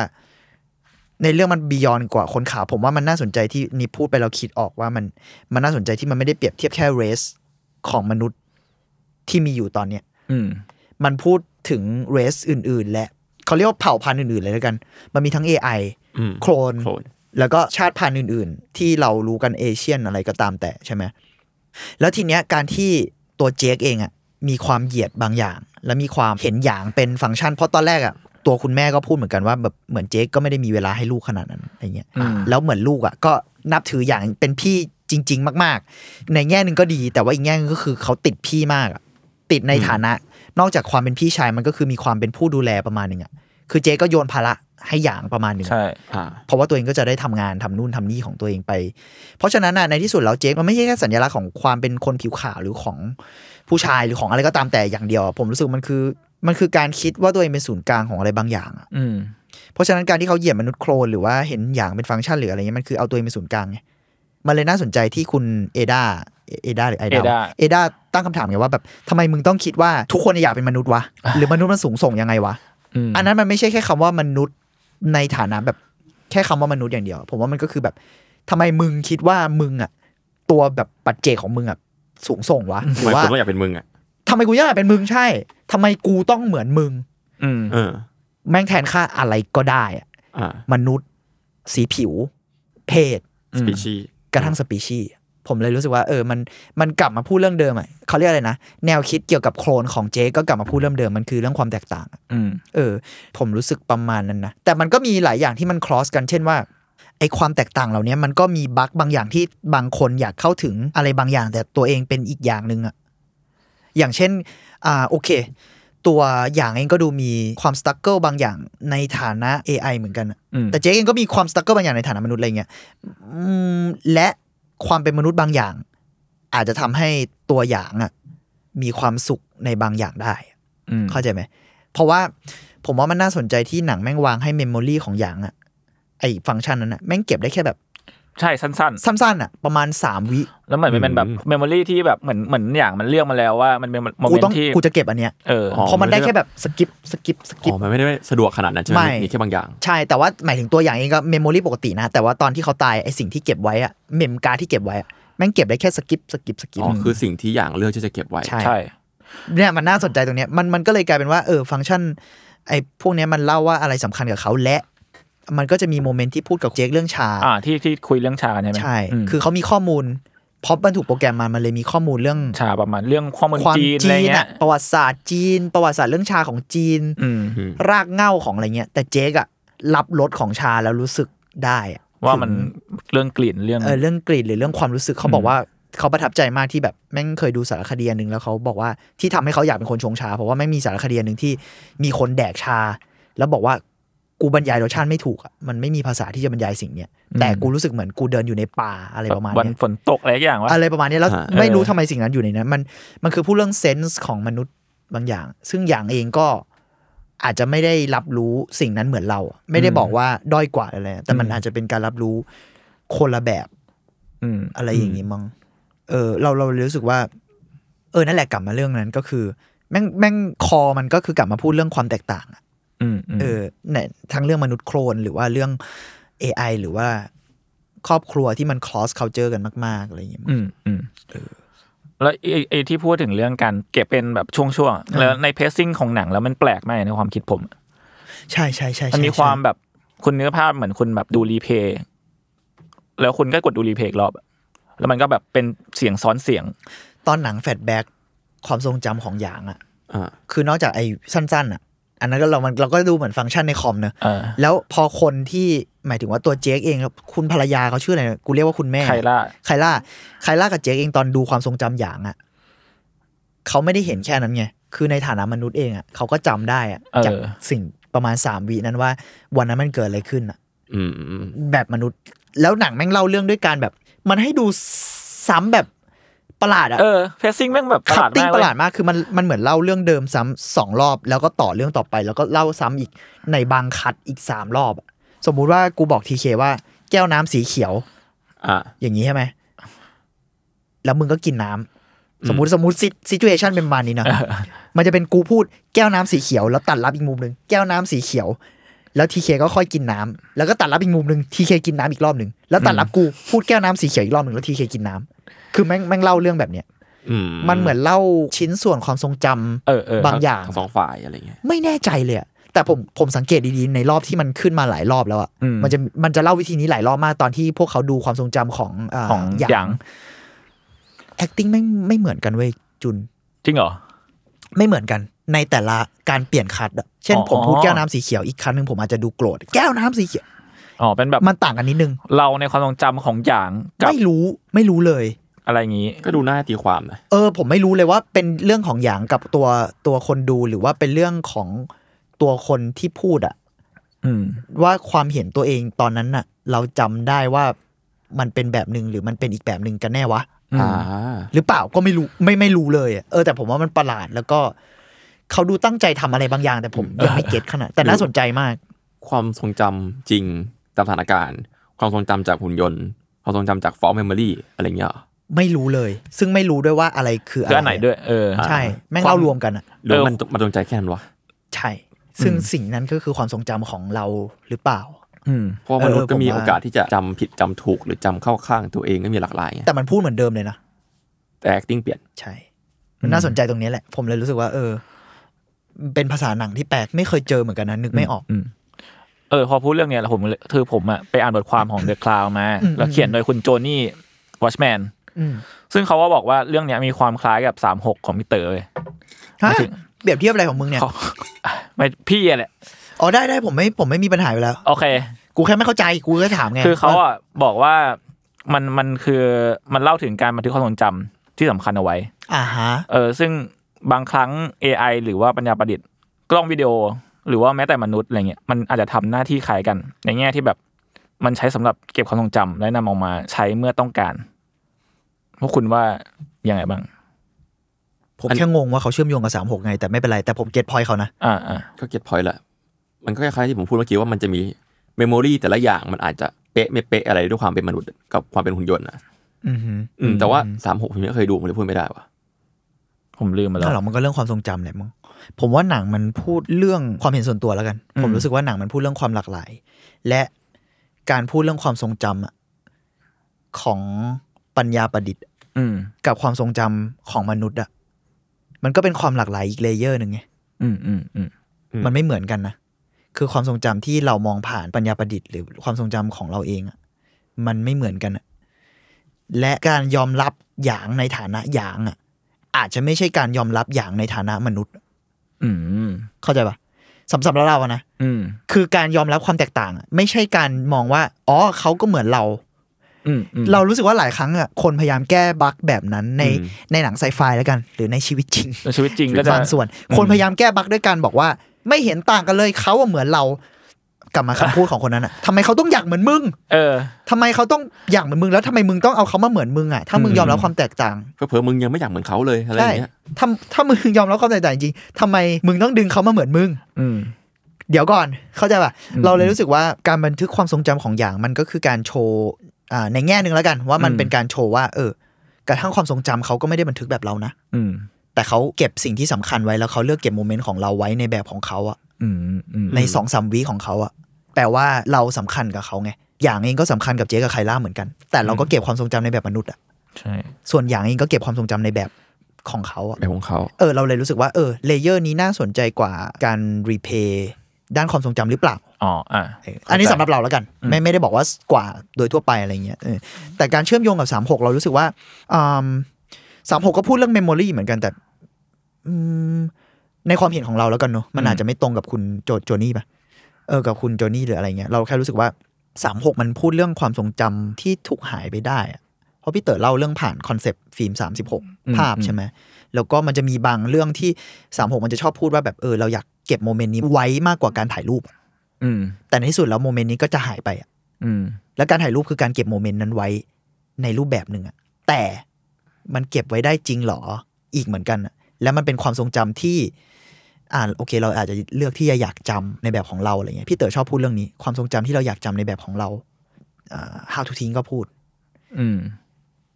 A: ในเรื่องมันบียอนกว่าคนขาว ผมว่ามันน่าสนใจที่นี่พูดไปเราคิดออกว่ามันมันน่าสนใจที่มันไม่ได้เปรียบเทียบแค่เรสของมนุษย์ที่มีอยู่ตอนเนี้ย
B: อืม
A: มันพูดถึงเรสอื่น ๆ และเขาเรียกว่าเผ่าพันธุ์อื่นๆเลยแล้วกัน มันมีทั้ง AI
C: อืม
A: โคลน
C: โคลน
A: แล้วก็ชาติพันธุ์อื่น ๆ ที่เรารู้กันเอเชียนอะไรก็ตามแต่ใช่ไหม แล้วทีเนี้ยการที่ตัวเจคเองอะมีความเหยียดบางอย่าง และมีความเห็นอย่างเป็นฟังก์ชัน เพราะตอนแรกอะตัวคุณแม่ก็พูดเหมือนกันว่าแบบเหมือนเจคก็ไม่ได้มีเวลาให้ลูกขนาดนั้นอะไรเงี้ย
B: อืม
A: แล้วเหมือนลูกอะก็นับถืออย่างเป็นพี่จริง ๆ มาก ๆ ในแง่หนึ่งก็ดี แต่ว่าอีกแง่หนึงก็คือเขาติดพี่มากอะติดในฐานะ นอกจากความเป็นพี่ชายมันก็คือมีความเป็นผู้ดูแลประมาณหนึ่งอะคือเจคก็โยนภาระให้อย่างประมาณหนึ่ง
B: ใช่
C: อ่า
A: เพราะว่าตัวเองก็จะได้ทำงานทำนู่นทำนี่ของตัวเองไป เพราะฉะนั้นน่ะในที่สุดแล้วเจ๊กมันไม่ใช่แค่สัญลักษณ์ของความเป็นคนผิวขาวหรือของผู้ชายหรือของอะไรก็ตามแต่อย่างเดียว ผมรู้สึกมันคือ มันคือการคิดว่าตัวเองเป็นศูนย์กลางของอะไรบางอย่างอะ
B: อืม
A: เพราะฉะนั้นการที่เขาเหยียบมนุษย์โคลนหรือว่าเห็นอย่างเป็นฟังก์ชันหรืออะไรเงี้ยมันคือเอาตัวเองเป็นศูนย์กลางไง มันเลยน่าสนใจที่คุณเอดาเอดาหรือไอดา
B: Ada
A: เอดาตั้งคำถามไงว่าแบบทำไมมึงต้องคิดว่าทุกคนอยากเป็นมนุษย์วะ หรือมนุษย์มันสูงส่งยังไงวะ
B: ม
A: อันนั้นมันไม่ใช่แค่คำว่ามนุษย์ในฐานะแบบแค่คำว่ามนุษย์อย่างเดียว ผมว่ามันก็คือแบบทำไมมึงคิดว่ามึงอะตัวแบบปัจเจกของมึงอะสูงส่งวะหรื
C: ทำไม
A: อว่า
C: คนต้องอยากเป็นมึงอ่ะ
A: ทำไมกูอยากเป็นมึงใช่ทำไมกูต้องเหมือนมึง
B: อืม
C: เออ
A: แม่งแทนค่าอะไรก็ได้อะ
C: อ่า
A: มนุษย์ สีผิว เพศ
C: สปีชี
A: กระทั่งสปีชีส์ผมเลยรู้สึกว่าเออมันมันกลับมาพูดเรื่องเดิมอ่ะเขาเรียกอะไรนะ แนวคิดเกี่ยวกับโคลนของเจคก็กลับมาพูดเรื่องเดิมมันคือเรื่องความแตกต่าง
B: อืม
A: เออ ผมรู้สึกประมาณนั้นนะ แต่มันก็มีหลายอย่างที่มันคลอสกัน เช่นว่าไอความแตกต่างเหล่านี้มันก็มีบั๊กบางอย่างที่บางคนอยากเข้าถึงอะไรบางอย่าง แต่ตัวเองเป็นอีกอย่างหนึ่งอะอย่างเช่น อ่าโอเค ตัวอย่างเองก็ดูมีความสตั๊กเกิลบางอย่างในฐานะ AI เหมือนกันอะ
B: อืม
A: แต่เจ๊เองก็มีความสตั๊กเกอร์บางอย่างในฐานะมนุษย์อะไรเงี้ยอืมและความเป็นมนุษย์บางอย่าง อาจจะทำให้ตัวอย่างอะมีความสุขในบางอย่างได้
B: อืม
A: เข้าใจไหม เพราะว่าผมว่ามันน่าสนใจที่หนังแม่งวางให้เมมโมรีของอย่างอะไอฟังก์ชันนั้นอะแม่งเก็บได้แค่แบบ
B: ใช่สั้น ๆ
A: สั้นๆอะประมาณ 3 วิ
B: แล้วเหมือนมันเป็นแบบเมมโมรีที่แบบเหมือนเหมือนอย่างมันเลือกมาแล้วว่ามันเป็นโม
A: กู
B: เมน
A: ต้อง
B: ต์ที่
A: กูจะเก็บอันเนี้ย
B: เอออ
A: เพราะมันได้แค่แบบสกิปสกิปสกิป
C: อ๋อมันไม่ได้สะดวกขนาดนั้นใช่ไหม
A: ไม่
C: มีแค่บางอย่าง
A: ใช่ แต่ว่าหมายถึงตัวอย่างเองก็เมมโมรีปกตินะ แต่ว่าตอนที่เขาตายไอสิ่งที่เก็บไว้อะเมมการ์ดที่เก็บไว้อะแม่งเก็บได้แค่สกิปสกิปสกิป
C: อ๋อ คือสิ่งที่อย่างเลือกที่จะเก็บไว้
A: ใช่
B: ใช่
A: เนี่ยมันน่าสนใจตรงเนี้ยมันมันก็เลยกลายเป็นว่าเออฟังก์ชันไอ้พวกเนี้ยมันเล่าว่าอะไรสำคัญกับเขาและ มันก็จะมีโมเมนต์ที่พูดกับเจคเรื่องชา
B: อ่าที่ที่คุยเรื่องชากันใช่ไหม
A: ใช่
B: อืม
A: คือเขามีข้อมูลเพราะมันถูกโปรแกรมมามันเลยมีข้อมูลเรื่อง
B: ชาประมาณเรื่องข้อมูล
A: ความ
B: จีนอะไรเงี้ย
A: อะประวัติศาสตร์จีน ประวัติศาสตร์เรื่องชาของจีน
B: อืม
C: อืม
A: รากเหง้าของอะไรเงี้ยแต่เจคอะรับรสของชาแล้วรู้สึกได้อะ
B: ว่ามัน
A: ถึง
B: เรื่องกลิ่นเรื่อง
A: เออเรื่องกลิ่นหรือเรื่องความรู้สึกเขาบอกว่าเขาประทับใจมากที่แบบแม่งเคยดูสารคดีอันหนึ่งแล้วเขาบอกว่าที่ทำให้เขาอยากเป็นคนชงชา เพราะว่าแม่งมีสารคดีอันหนึ่งที่มีคนแดกชา แล้วบอกว่ากูบรรยายรสชาติไม่ถูกอะมันไม่มีภาษาที่จะบรรยายสิ่งเนี้ย
B: อืม
A: แต่กูรู้สึกเหมือนกูเดินอยู่ในป่าอะไรประมาณ
B: วัน
A: เนี้ย
B: ฝนตกอะไรอย่างว่า
A: อะไรประมาณเนี้ยแล้ว
C: อ่า
A: ไม่รู้
B: เออ
A: ทำไมสิ่งนั้นอยู่ในนั้นมันมันคือพูดเรื่องเซนส์ของมนุษย์บางอย่าง ซึ่งอย่างเองก็อาจจะไม่ได้รับรู้สิ่งนั้นเหมือนเราอะไม่ได้บอกว่าด้อยกว่าอะไรนะแต่มันอาจจะเป็นการรับรู้คนละแบบ
B: อืม
A: อะไรอย่างนี้มั้ง เออ เราเราเลยรู้สึกว่า เออ นั่นแหละกลับมาเรื่องนั้นก็คือ แม่งแม่งคอมันก็คือกลับมาพูดเรื่องความแตกต่างอะ
B: อืมอืม
A: เออเนี่ยทั้งเรื่องมนุษย์โคลนหรือว่าเรื่อง AI หรือว่าครอบครัวที่มัน cross culture กันมาก ๆ อะไรอย่างเงี้ยมั้ง
B: อืมอืมแล้วไอ้ไอ้ที่พูดถึงเรื่องการเก็บเป็นแบบช่วงๆแล้วในเพสซิ่งของหนังแล้วมันแปลกมากในความคิดผม
A: ใช่ใช่ใช่
B: มัน
A: ใช่
B: มีความแบบคุณเนื้อภาพเหมือนคุณแบบดูรีเพย์แล้วคุณก็กดดูรีเพย์อีกรอบอะแล้วมันก็แบบเป็นเสียงซ้อนเสียง
A: ตอนหนังแฟดแบ็กความทรงจำของหยางอะ
C: อ่า
A: คือนอกจากไอ้สั้น ๆอะอันนั้นก็เรามันเราก็ดูเหมือนฟังก์ชันในคอมเนอะ
B: เออ
A: แล้วพอคนที่หมายถึงว่าตัวเจคเองคุณภรรยาเขาชื่ออะไรนะกูเรียกว่าคุณแม่
B: ใครล่า
A: ไคล่าไคล่ากับเจคเองตอนดูความทรงจำอย่างอะเขาไม่ได้เห็นแค่นั้นไง คือในฐานะมนุษย์เองอะเขาก็จำได้อะ
B: เออ
A: จากสิ่งประมาณสามวินั้นว่า วันนั้นมันเกิดอะไรขึ้นอะ
C: อืมอืมอืม
A: แบบมนุษย์ แล้วหนังแม่งเล่าเรื่องด้วยการแบบ มันให้ดูซ้ำแบบประหลาดอะ
B: เออเพสซิ่งแม่งแบบประห
A: คั
B: ลา
A: ต
B: ด
A: ติ้ง
B: มาก
A: ประ
B: เลย
A: หลาดมากคือมันมันเหมือนเล่าเรื่องเดิมซ้ำสองรอบ แล้วก็ต่อเรื่องต่อไป แล้วก็เล่าซ้ำอีกในบางคัดอีกสามรอบอะสมมุติว่ากูบอกทีเคว่าแก้วน้ำสีเขียว
C: อ่า
A: อย่างนี้ใช่ไหม แล้วมึงก็กินน้ำ
C: อืม
A: สมมติสมมติซิจูเอชันเป็นประมาณนี้เนอะมันจะเป็นกูพูดแก้วน้ำสีเขียว แล้วตัดรับอีกมุมหนึ่งแก้วน้ำสีเขียว แล้วทีเคก็ค่อยกินน้ำแล้วก็ตัดรับอีกมุมหนึ่งทีเคกินน้ำอีกรอบหนึ่งแล้วตัดรับกูพูดแก้วน้ำสีเขียวอีกรอบหนึ่งแล้วทีเคกินน้ำคือแม่งแม่งเล่าเรื่องแบบเนี้ย
C: อื
A: มันเหมือนเล่าชิ้นส่วนความทรงจำ
B: เออเออ
A: บางอย่าง
C: ทั้งสองฝ่ายอะไรเงี้ย
A: ไม่แน่ใจเลยอะแต่ผมผมสังเกตดีๆ ในรอบที่มันขึ้นมาหลายรอบแล้วอะ
B: อืม
A: มันจะมันจะเล่าวิธีนี้หลายรอบมากตอนที่พวกเขาดูความทรงจำของา
B: ของอย
A: หา
B: ย่าง ง
A: acting ไม่ไม่เหมือนกันเว้ยจุน
B: จริงเหรอ
A: ไม่เหมือนกัน ในแต่ละการเปลี่ยนคัดอะเช่น
B: อ๋อ
A: ผมพูดแก้วน้ำสีเขียวอีกครั้งหนึ่งผมอาจจะดูโกรธแก้วน้ำสีเขียว
B: อ๋อเป็นแบบ
A: มันต่างกันนิดนึง
B: เราในความทรงจำของอย่างกับ
A: ไม่รู้ไม่รู้เลย
B: อะไรอย่างนี้
C: ก็ดูน่าตีความนะ
A: เออ ผมไม่รู้เลยว่าเป็นเรื่องของหยางกับตัวตัวคนดูหรือว่าเป็นเรื่องของตัวคนที่พูดอะ
B: อืม
A: ว่าความเห็นตัวเองตอนนั้นน่ะ เราจำได้ว่ามันเป็นแบบหนึ่งหรือมันเป็นอีกแบบหนึ่งกันแน่วะ
B: อืม
C: อ่า
A: หรือเปล่าก็ไม่รู้ไม่ไม่รู้เลยอะเออแต่ผมว่ามันประหลาดแล้วก็เขาดูตั้งใจทำอะไรบางอย่าง แต่ผมยังไม่เก็ตขนาดแต่น่าสนใจมาก
C: ความทรงจำจริงตามสถานการณ์ ความทรงจำจากหุ่นยนต์ ค ความทรงจำจากฟอร์มเมมโมรี่อะไรเงี้ยเหรอ
A: ไม่รู้เลย ซึ่งไม่รู้ด้วยว่าอะไรคืออะ
B: คือ
A: ไร
B: อันไหนด้วย เออ
A: ใช่
C: อ่า
A: แม่งเล่ารวมกันอะ
C: หรือ
B: เออ
C: ว่ามันมันจงใจแค่นั้นวะ
A: ใช่ ซึ่งสิ่งนั้นก็คือความทรงจำของเราหรือเปล่า
B: อืม
C: เพราะว่ามนุษย์ก็มี
A: ผมว่า
C: โอกาสที่จะจำผิดจำถูกหรือจำเข้าข้างตัวเองก็มีหลากหลายไง
A: แต่มันพูดเหมือนเดิมเลยนะ
C: แต่ acting เปลี่ยน
A: ใช่ มันน่าสนใจตรงนี้แหละ ผมเลยรู้สึกว่า เออ เป็นภาษาหนังที่แปลกไม่เคยเจอเหมือนกันนะ นึกไม่ออก
B: อืมเออ พอพูดเรื่องเนี้ยแล้วผมเลยคือผมอะไปอ่านบทความของ The Cloud มา
A: อืม
B: แล้วเขียนโดยคุณโจนี่วอชแมน
A: อืม
B: ซึ่งเขาก็บอกว่าเรื่องเนี้ยมีความคล้ายกับ 36 ของพี่เต๋อเลย
A: ฮะ
B: ไม่ถึง
A: เปรียบเทียบอะไรของมึงเนี่ย
B: เขา ไม่พี่อะแหละ
A: อ๋อได้ได้ผมไม่ผมไม่มีปัญหาอยู่แล้ว
B: โอเค
A: กูแค่ไม่เข้าใจกูก็ถามไง
B: คือเขา
A: ว่
B: อะบอกว่ามันมันคือมันเล่าถึงการบันทึกความทรงจำที่สำคัญเอาไว้
A: อ่าฮะ
B: เออซึ่งบางครั้ง AI หรือว่าปัญญาประดิษฐ์ กล้องวิดีโอ หรือว่าแม้แต่มนุษย์อะไรเงี้ยมันอาจจะทำหน้าที่คล้ายกัน ในแง่ที่แบบมันใช้สำหรับเก็บความทรงจำและนำออกมาใช้เมื่อต้องการ พวกคุณว่ายังไงบ้าง
A: ผม
C: อัน
A: แค่งงว่าเขาเชื่อมโยงกับสามหกไง แต่ไม่เป็นไรแต่ผมเก็ตพอยเขานะ
B: อ่าอ่า
C: ก็เก็ตพอยต์แหละ มันก็คล้ายๆที่ผมพูดเมื่อกี้ว่ามันจะมีเมมโมรีแต่ละอย่างมันอาจจะเป๊ะไม่เป๊ะอะไรด้วยความเป็นมนุษย์กับความเป็นหุ่นยนต์นะ
A: อือฮึ
C: อืมแต่ว่าสามหกผมยังไม่เคยดูผมเลยพูดไม่ได้ว่ะ
B: ผมลืมมาแล้
A: นั่น
B: ว
A: หรอกมันก็เรื่องความทรงจำแหละมึงผมว่าหนังมันพูดเรื่องความเห็นส่วนตัวแล้วกัน
B: อืม
A: ผมรู้สึกว่าหนังมันพูดเรื่องความหลากหลาย และการพูดเรื่องความทรงจำอะของปัญญาประดิษฐ์
B: อืม
A: กับความทรงจำของมนุษย์อะมันก็เป็นความหลากหลายอีกเลเยอร์หนึ่งไง
B: อืมอืมอืม
C: อืม
A: มันไม่เหมือนกันนะ คือความทรงจำที่เรามองผ่านปัญญาประดิษฐ์หรือความทรงจำของเราเองอะมันไม่เหมือนกันอะและการยอมรับอย่างในฐานะอย่างอะอาจจะไม่ใช่การยอมรับอย่างในฐานะมนุษย์
B: อืม
A: เข้าใจปะสำสำหรับเราอะนะ
B: อืม
A: คือการยอมรับความแตกต่างอะไม่ใช่การมองว่า อ๋อเขาก็เหมือนเรา
B: อืมอืม
A: เรารู้สึกว่าหลายครั้งอะคนพยายามแก้บั๊กแบบนั้นใน
C: อืม
A: ในหนังไซไฟแล้วกัน หรือในชีวิตจริง
B: ในชีวิตจริงก็จะ
A: บางส่วน
B: อืม
A: คนพยายามแก้บั๊กด้วยการบอกว่า ไม่เห็นต่างกันเลยเขาอะเหมือนเรา กลับมาคำพูดของคน นั้นอะทำไมเขาต้องอยากเหมือนมึง
B: เออ
A: ทำไมเขาต้องอยากเหมือนมึงแล้วทำไมมึงต้องเอาเขามาเหมือนมึงอะถ้ามึง
B: อืม
A: ยอมรับความแตกต่าง
C: เพื่อๆมึงยังไม่อยากเหมือนเขาเลยอะไรอ
A: ใช่
C: ย่างเงี้ย
A: ถ้าถ้ามึงยอมรับความแตกต่างจริงๆทำไมมึงต้องดึงเขามาเหมือนมึง
B: อืม
A: เดี๋ยวก่อนเข้าใจป่ะ
B: อืม
A: เราเลยรู้สึกว่าการบันทึกความทรงจำของอย่างมันก็คือการโชว์อ่าในแง่หนึ่งแล้วกัน ว่ามัน
B: อืม
A: เป็นการโชว์ว่า เออกระทั่งความทรงจำเขาก็ไม่ได้บันทึกแบบเรานะ
B: อืม
A: แต่เขาเก็บสิ่งที่สำคัญไว้แล้วเขาเลือกเก็บโมเมนต์ของเราไว้ในแบบของเขาอะ
B: อืมอืม
A: ในสองสามวิของเขาอะแปลว่าเราสำคัญกับเขาไง อย่างเองก็สำคัญกับเจ๊กับไคล่าเหมือนกัน แต่เราก็เก็บความทรงจำในแบบมนุษย์อะ
B: ใช่
A: ส่วนอย่างเองก็เก็บความทรงจำในแบบของเขาอะ
C: แบบของเขา
A: เออเราเลยรู้สึกว่าเออเลเยอร์นี้น่าสนใจกว่าการรีเพย์ด้านความทรงจำหรือเปล่า
B: อ๋ออ่ะ
A: เอออันนี้สำหรับเราแล้วกัน
B: อืม
A: ไม่ไม่ได้บอกว่ากว่าโดยทั่วไปอะไรเงี้ยเออแต่การเชื่อมโยงกับสามหกเรารู้สึกว่าสามหกก็พูดเรื่องเมมโมรีเหมือนกันแต่อืมในความเห็นของเราแล้วกันเนอะมันอาจจะไม่ตรงกับคุณโจโจนี่ปะ เออกับคุณโจนี่หรืออะไรเงี้ยเราแค่รู้สึกว่าสามหกมันพูดเรื่องความทรงจำที่ถูกหายไปได้อะเพราะพี่เต๋อเล่าเรื่องผ่านคอนเซปต์ฟิล์มสามสิบหก
B: อืม
A: ภาพ
B: อืม
A: ใช่ไหมแล้วก็มันจะมีบางเรื่องที่สามหกมันจะชอบพูดว่าแบบเออเราอยากเก็บโมเมนต์นี้ไว้มากกว่าการถ่ายรูปอะ
B: อืม
A: แต่ในที่สุดแล้วโมเมนต์นี้ก็จะหายไปอะ
B: อืม
A: และการถ่ายรูปคือการเก็บโมเมนต์นั้นไว้ในรูปแบบหนึ่งอะแต่มันเก็บไว้ได้จริงเหรออีกเหมือนกันอะและมันเป็นความทรงจำที่อ่าโอเค เราอาจจะเลือกที่จะอยากจำในแบบของเราอะไรเงี้ยพี่เต๋อชอบพูดเรื่องนี้ความทรงจำที่เราอยากจำในแบบของเราอ่า how to ทิ้งก็พูด
B: อืม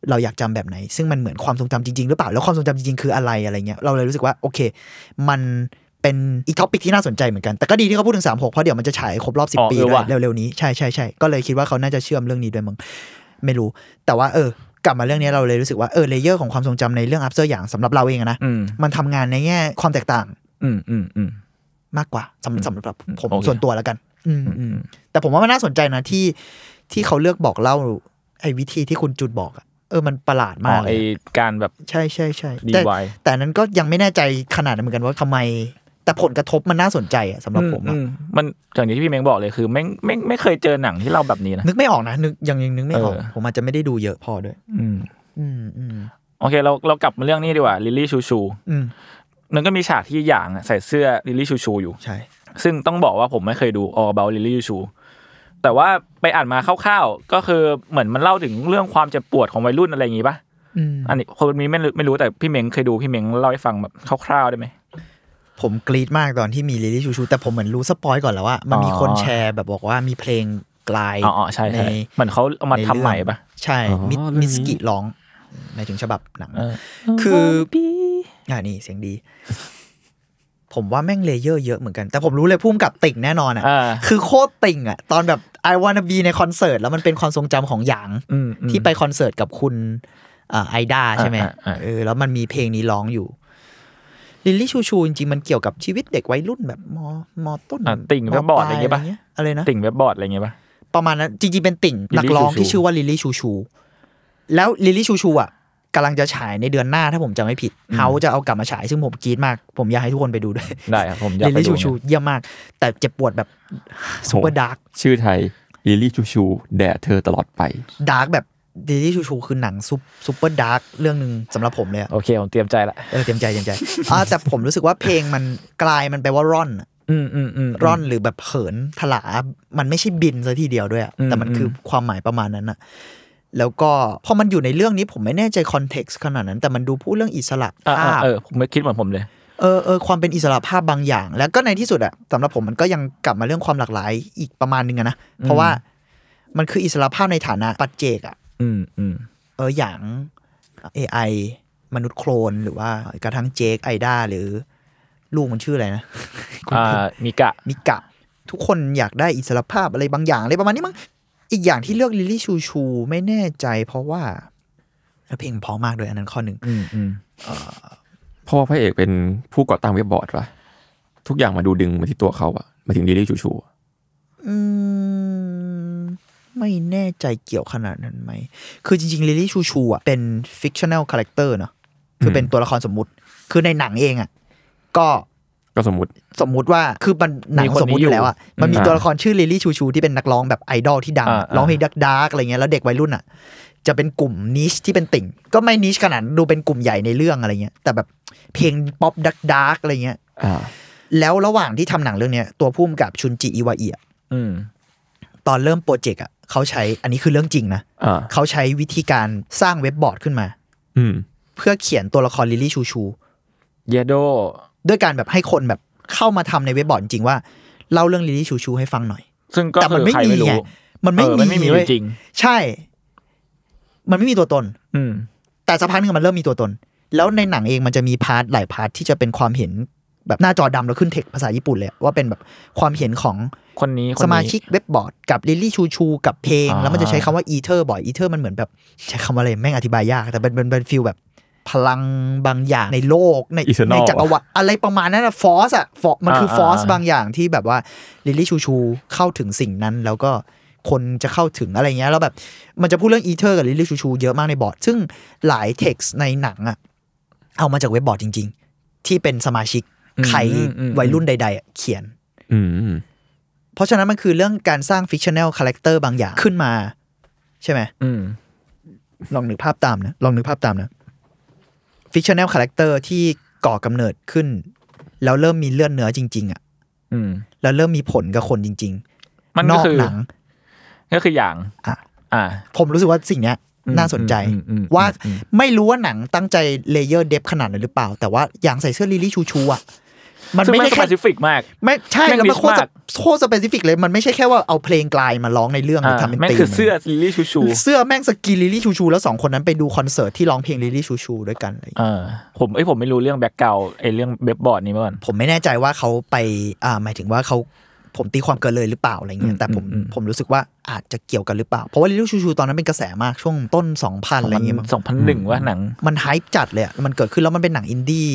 A: เราอยากจำแบบไหน ซึ่งมันเหมือนความทรงจำจริง ๆ หรือเปล่า แล้วความทรงจำจริง ๆ คืออะไรอะไรเงี้ย เราเลยรู้สึกว่า โอเค มันเป็นอีกท็อปิกที่น่าสนใจเหมือนกัน แต่ก็ดีที่เขาพูดถึง 36 เพราะเดี๋ยวมันจะฉายครบรอบ
B: อ๋อ
A: 10 ปี
B: เออ
A: ด้ว
B: ว่ะ
A: ยเร็ว ๆ นี้ ใช่ใช่ใช่ก็เลยคิดว่าเขาน่าจะเชื่อมเรื่องนี้ด้วยมั้งไม่รู้ แต่ว่าเออ กลับมาเรื่องนี้เราเลยรู้สึกว่าเออเลเยอร์ของความทรงจำในเรื่องอัพเซอร์อย่างสำหรับเราเองอะนะ
B: อืม
A: มันทำงานในแง่ความแตกต่าง
B: อืมอืมอืม
A: มากกว่าสำสำหรับผม
B: โอเค
A: ส่วนตัวแล้วกัน อืม
B: อืม
A: แต่ผมว่ามันน่าสนใจนะที่ที่เขาเลือกบอกเล่าไอ้วิธีที่คุณจุดบอกอะเออมันประหลาด
B: อ๋
A: มา
B: อก
A: เล
B: ไอย การแบบ
A: ใช่ใช่ใช่
B: DIY
A: แต่แต่นั้นก็ยังไม่แน่ใจขนาดนั้นเหมือนกันว่าทำไม แต่ผลกระทบมันน่าสนใจอะสำหรับผมอะ
B: อืมมันอย่างที่พี่เม้งบอกเลยคือแม่งไม่งไม่เคยเจอหนังที่เล่าแบบนี้นะ
A: นึกไม่ออกนะนึกยังยังนึกไม่ออก
B: เออ
A: ผมอาจจะไม่ได้ดูเยอะพอด้วย
B: อืม
A: อืมอืม
B: โอเคเราเรากลับมาเรื่องนี้ดีกว่าลิลลี่ชูชู
A: อืม
B: มันก็มีฉากที่หยางอะใส่เสื้อลิลลี่ชูชูอยู่
A: ใช่
B: ซึ่งต้องบอกว่าผมไม่เคยดูออเบลลิลลี่ชูชูแต่ว่าไปอ่านมาคร่าวๆก็คือเหมือนมันเล่าถึงเรื่องความเจ็บปวดของวัยรุ่นอะไรอย่างงี้ปะ
A: อืม
B: อันนี้คนนี้ไม่รู้ไม่รู้แต่พี่เม้งเคยดูพี่เม้งเล่าให้ฟังแบบคร่าวๆได้ไหม
A: ผมกรี๊ดมากตอนที่มีลิลลี่ชูชู แต่ผมเหมือนรู้สปอยก่อนแล้วว่ามันมีคนแชร์แบบบอกว่ามีเพลง กลาย
B: อ๋ออ๋อใช่ใช่
A: ใน
B: เหมือนเขาเอามาทำใหม่ปะ
A: ใช่
C: อ๋อ
A: มิ
C: เรื่องนี้
A: มิสกิร้องหมายถึงฉบับหนัง
B: เออ
A: คืออ่านี่เสียงดี ผมว่าแม่งเลเยอร์เยอะเหมือนกัน แต่ผมรู้เลยพุ่มกับติ่งแน่นอนอ่ะ
B: อ่า
A: คือโคตรติ่งอ่ะ ตอนแบบ I wanna be ในคอนเสิร์ต แล้วมันเป็นความทรงจำของหยาง
B: อืมอืม
A: ที่ไปคอนเสิร์ตกับคุณอ่าไอดาใช่ไหม
B: อ่าอ่าอ่า
A: เออแล้วมันมีเพลงนี้ร้องอยู่ ลิลลี่ชูชูจริงๆมันเกี่ยวกับชีวิตเด็กวัยรุ่นแบบมมต้น
B: อ่ะติ่ง
A: ม
B: เว็บบอร์ดอะไรอย่างเงี้ย
A: ปล
B: ปะ
A: อะไรนะ
B: ติ่งเว็บบอร์ดอะไรอย่างเงี้ยปะ
A: ประมาณนั้นจริงๆ เป็นติ่ง
B: ลิลลี่
A: นักร้อง
B: ชูชู
A: ที่ชื่อว่าลิลลี่ชูชู แล้วลิลลี่ชูชูอ่ะกำลังจะฉายในเดือนหน้าถ้าผมจำไม่ผิดเฮาจะเอากลับมาฉายซึ่งผมกรี๊ดมาก ผมอยากให้ทุกคนไปดูด้วย
B: ได้ครับผมอยาก
A: ลิล
B: ไป
A: ลี่
B: ดู
A: ชูชูเยี่ยมมาก แต่เจ็บปวดแบบซุปเปอร์ดาร์ก
C: ชื่อไทยลิลลี่ชูชูแด่เธอตลอดไป
A: ดาร์กแบบลิลลี่ชูชูคือหนังซุปซุปเปอร์ดาร์กเรื่องหนึ่งสำหรับผมเลยอะ
B: โอเคผมเตรียมใจละ
A: เออเต็มใจเต็มใจอ่า แต่ผมรู้สึกว่าเพลงมันกลายมันแปลว่าร่อนอะ
B: อืมอืมอืม
A: ร่อนหรือแบบเหินถลา มันไม่ใช่บินซะทีเดียวด้วยอะ
B: อืม
A: แต่มันคือความหมายประมาณนั้นอะแล้วก็พอมันอยู่ในเรื่องนี้ผมไม่แน่ใจคอนเท็กซ์ขนาดนั้น แต่มันดูพูดเรื่องอิสระ
B: อ่า
A: ภา
B: อ่า
A: พ
B: เออผมไม่คิดเหมือนผมเลย
A: เออเออความเป็นอิสระภาพบางอย่าง แล้วก็ในที่สุดอะสำหรับผมมันก็ยังกลับมาเรื่องความหลากหลายอีกประมาณนึงอะนะ เพราะว่ามันคืออิสระภาพในฐานะปัจเจกอะ
B: อืมอืม
A: เอออย่าง AI มนุษย์โคลนหรือว่ากระทั่งเจคไอด้าหรือลูกมันชื่ออะไรนะ
B: อ่ามีกะ
A: มิกะ ทุกคนอยากได้อิสรภาพอะไรบางอย่างอะไรประมาณนี้มั้งอีกอย่างที่เลือกลิลลี่ชูชูไม่แน่ใจ เพราะว่าแล้วเพลงเพราะมากด้วยอันนั้นข้อหนึ่ง
B: อืมอืม
C: เพราะว่าพระเอกเป็นผู้ก่อตั้งเว็บบอร์ดปะทุกอย่างมาดูดึงมาที่ตัวเขาอะมาถึงลิลลี่ชูชูอะ
A: อืมไม่แน่ใจเกี่ยวขนาดนั้นไหม คือจริงๆลิลลี่ชูชูอ่ะเป็น fictional character เนอะคือเป็นตัวละครสมมุติ คือในหนังเองอ่ะก็
C: ก็สมมติ
A: สมมุติว่าคือมันหนังสมมุติอยู่แล้วอ่ะมันมี
C: อ่า
A: ตัวละครชื่อลิลลี่ชูชูที่เป็นนักร้องแบบไอดอลที่ดัง
B: อ่า
A: ร้องเพลง
B: อ่า
A: ดาร์กๆอะไรเงี้ยแล้วเด็กวัยรุ่นอ่ะ จะเป็นกลุ่มนิชที่เป็นติ่ง ก็ไม่นิชขนาดนั้นดูเป็นกลุ่มใหญ่ในเรื่องอะไรเงี้ย แต่แบบเพลงป๊อปดักดาร์กอะไรเงี้ย
C: อ่า
A: แล้วระหว่างที่ทำหนังเรื่องเนี้ยตัวพุ่มกับชุนจิอิวาเอีย
B: อืม
A: ตอนเริ่มโปรเจกต์อ่ะเขาใช้อันนี้คือเรื่องจริงนะ
C: อ่า
A: เขาใช้วิธีการสร้างเว็บบอร์ดขึ้นมา
C: อืม
A: เพื่อเขียนตัวละครลิลลี่ชูชู
B: เยโด
A: ด้วยการแบบให้คนแบบเข้ามาทำในเว็บบอร์ดจริงๆว่าเล่าเรื่องลิลลี่ชูชูให้ฟังหน่อย
B: ซึ่งก็
A: แต่มั
B: คื
A: น
B: อ
A: ไม่
B: ใคร
A: มี
B: ไม่รู้
A: ไงมันไม่
B: เออมันไม่มี
A: เว้
B: อย ยู่จริง
A: ใช่ มันไม่มีตัวตน
B: อืม
A: แต่สักพักหนึงมันเริ่มมีตัวตน แล้วในหนังเองมันจะมีพาร์ทหลายพาร์ทที่จะเป็นความเห็นแบบหน้าจอดำแล้วขึ้นเทคภาษาญี่ปุ่นเลยอะว่าเป็นแบบความเห็นของ
B: คนนี้คนนี้
A: สมาชิกเว็บบอร์ด กับลิลลี่ชูชู กับเพลง
B: อ่า
A: แล้วมันจะใช้คำว่าอีเทอร์บ่อยอีเทอร์มันเหมือนแบบ ใช้คำว่าอะไรแม่งอธิบายยาก แต่เป็นเป็นเป็นฟิลแบบพลังบางอย่างในโลกใน
C: Eternal
A: ในจักรวาลอะไรประมาณนั้นอะฟอสอะ force มันคือฟอสบางอย่างที่แบบว่าลิลลี่ชูชูเข้าถึงสิ่งนั้น แล้วก็คนจะเข้าถึงอะไรเงี้ยแล้วแบบมันจะพูดเรื่องอีเทอร์กับลิลลี่ชูชูเยอะมากในบอร์ด ซึ่งหลายเท็กซ์ในหนังอะเอามาจากเว็บบอร์ดจริง ๆ ที่เป็นสมาชิกใคร
B: อืมอืม
A: วัยรุ่นใดๆอะเขียน
C: อืม
A: เพราะฉะนั้นมันคือเรื่องการสร้าง fictional character บางอย่างขึ้นมา ใช่ไหม
B: อืม
A: ลองนึกภาพตามนะ ลองนึกภาพตามนะ fictional character ที่ก่อกำเนิดขึ้น แล้วเริ่มมีเลือดเนื้อจริง ๆอะ
B: อืม
A: แล้วเริ่มมีผลกับคนจริง
B: มัน
A: น
B: ก็
A: อก
B: คือ
A: หนัง
B: ก็คืออย่าง
A: อ่ะ
B: อ่า
A: ผมรู้สึกว่าสิ่งเนี้ย
B: อืม
A: น่าสนใจ
B: อืมอืมอืม
A: ว่า
B: อืม
A: ไม่รู้ว่าหนังตั้งใจเลเยอร์เดฟขนาดนั้นหรือเปล่า แต่ว่าอย่างใส่เสื้อลิลี่ชูชูอะมัน
B: ซึ่ง
A: ไม่
B: ไม่
A: ได้
B: ส
A: แค่
B: ปาซิฟิกมาก
A: ไม่ใช่
B: แม่ง
A: แล้วมัน
B: niche
A: โคตร
B: มาก
A: โคตรสเปซิฟิกเลยมันไม่ใช่แค่ว่าเอาเพลงกลายมาร้องในเรื่องหรือ
B: อ่า
A: ทำเป็น
B: แม่ง
A: ตีม
B: คือเสื้อลิลลี่ชูชู
A: เสื้อแม่งสกินลิลลี่ชูชู แล้วสองคนนั้นไปดูคอนเสิร์ตที่ร้องเพลงลิลลี่ชูชูด้วยกันอะไรอย่างเงี้ย
B: อ่าผมเอ้ยผมไม่รู้เรื่องแบ็กเกาไอ้เรื่องเว็บบอร์ดนี้มาก่อน
A: ผมไม่แน่ใจว่าเขาไปอ่าหมายถึงว่าเขาผมตีความเกินเลยหรือเปล่าอะไรเงี้ยแต่ผม
B: อืมอืม
A: ผมรู้สึกว่าอาจจะเกี่ยวกันหรือเปล่า เพราะว่าลิลลี่ชูชูตอนนั้นเป็นกระแสมากช่วงต้น 2000 อะไรเงี้ยมั้ง
B: สองพันหนึ่งว่าหนัง
A: มันไฮป์จัดเลยอะมันเกิดขึ้นแล้วมันเป็นหนังอินดี้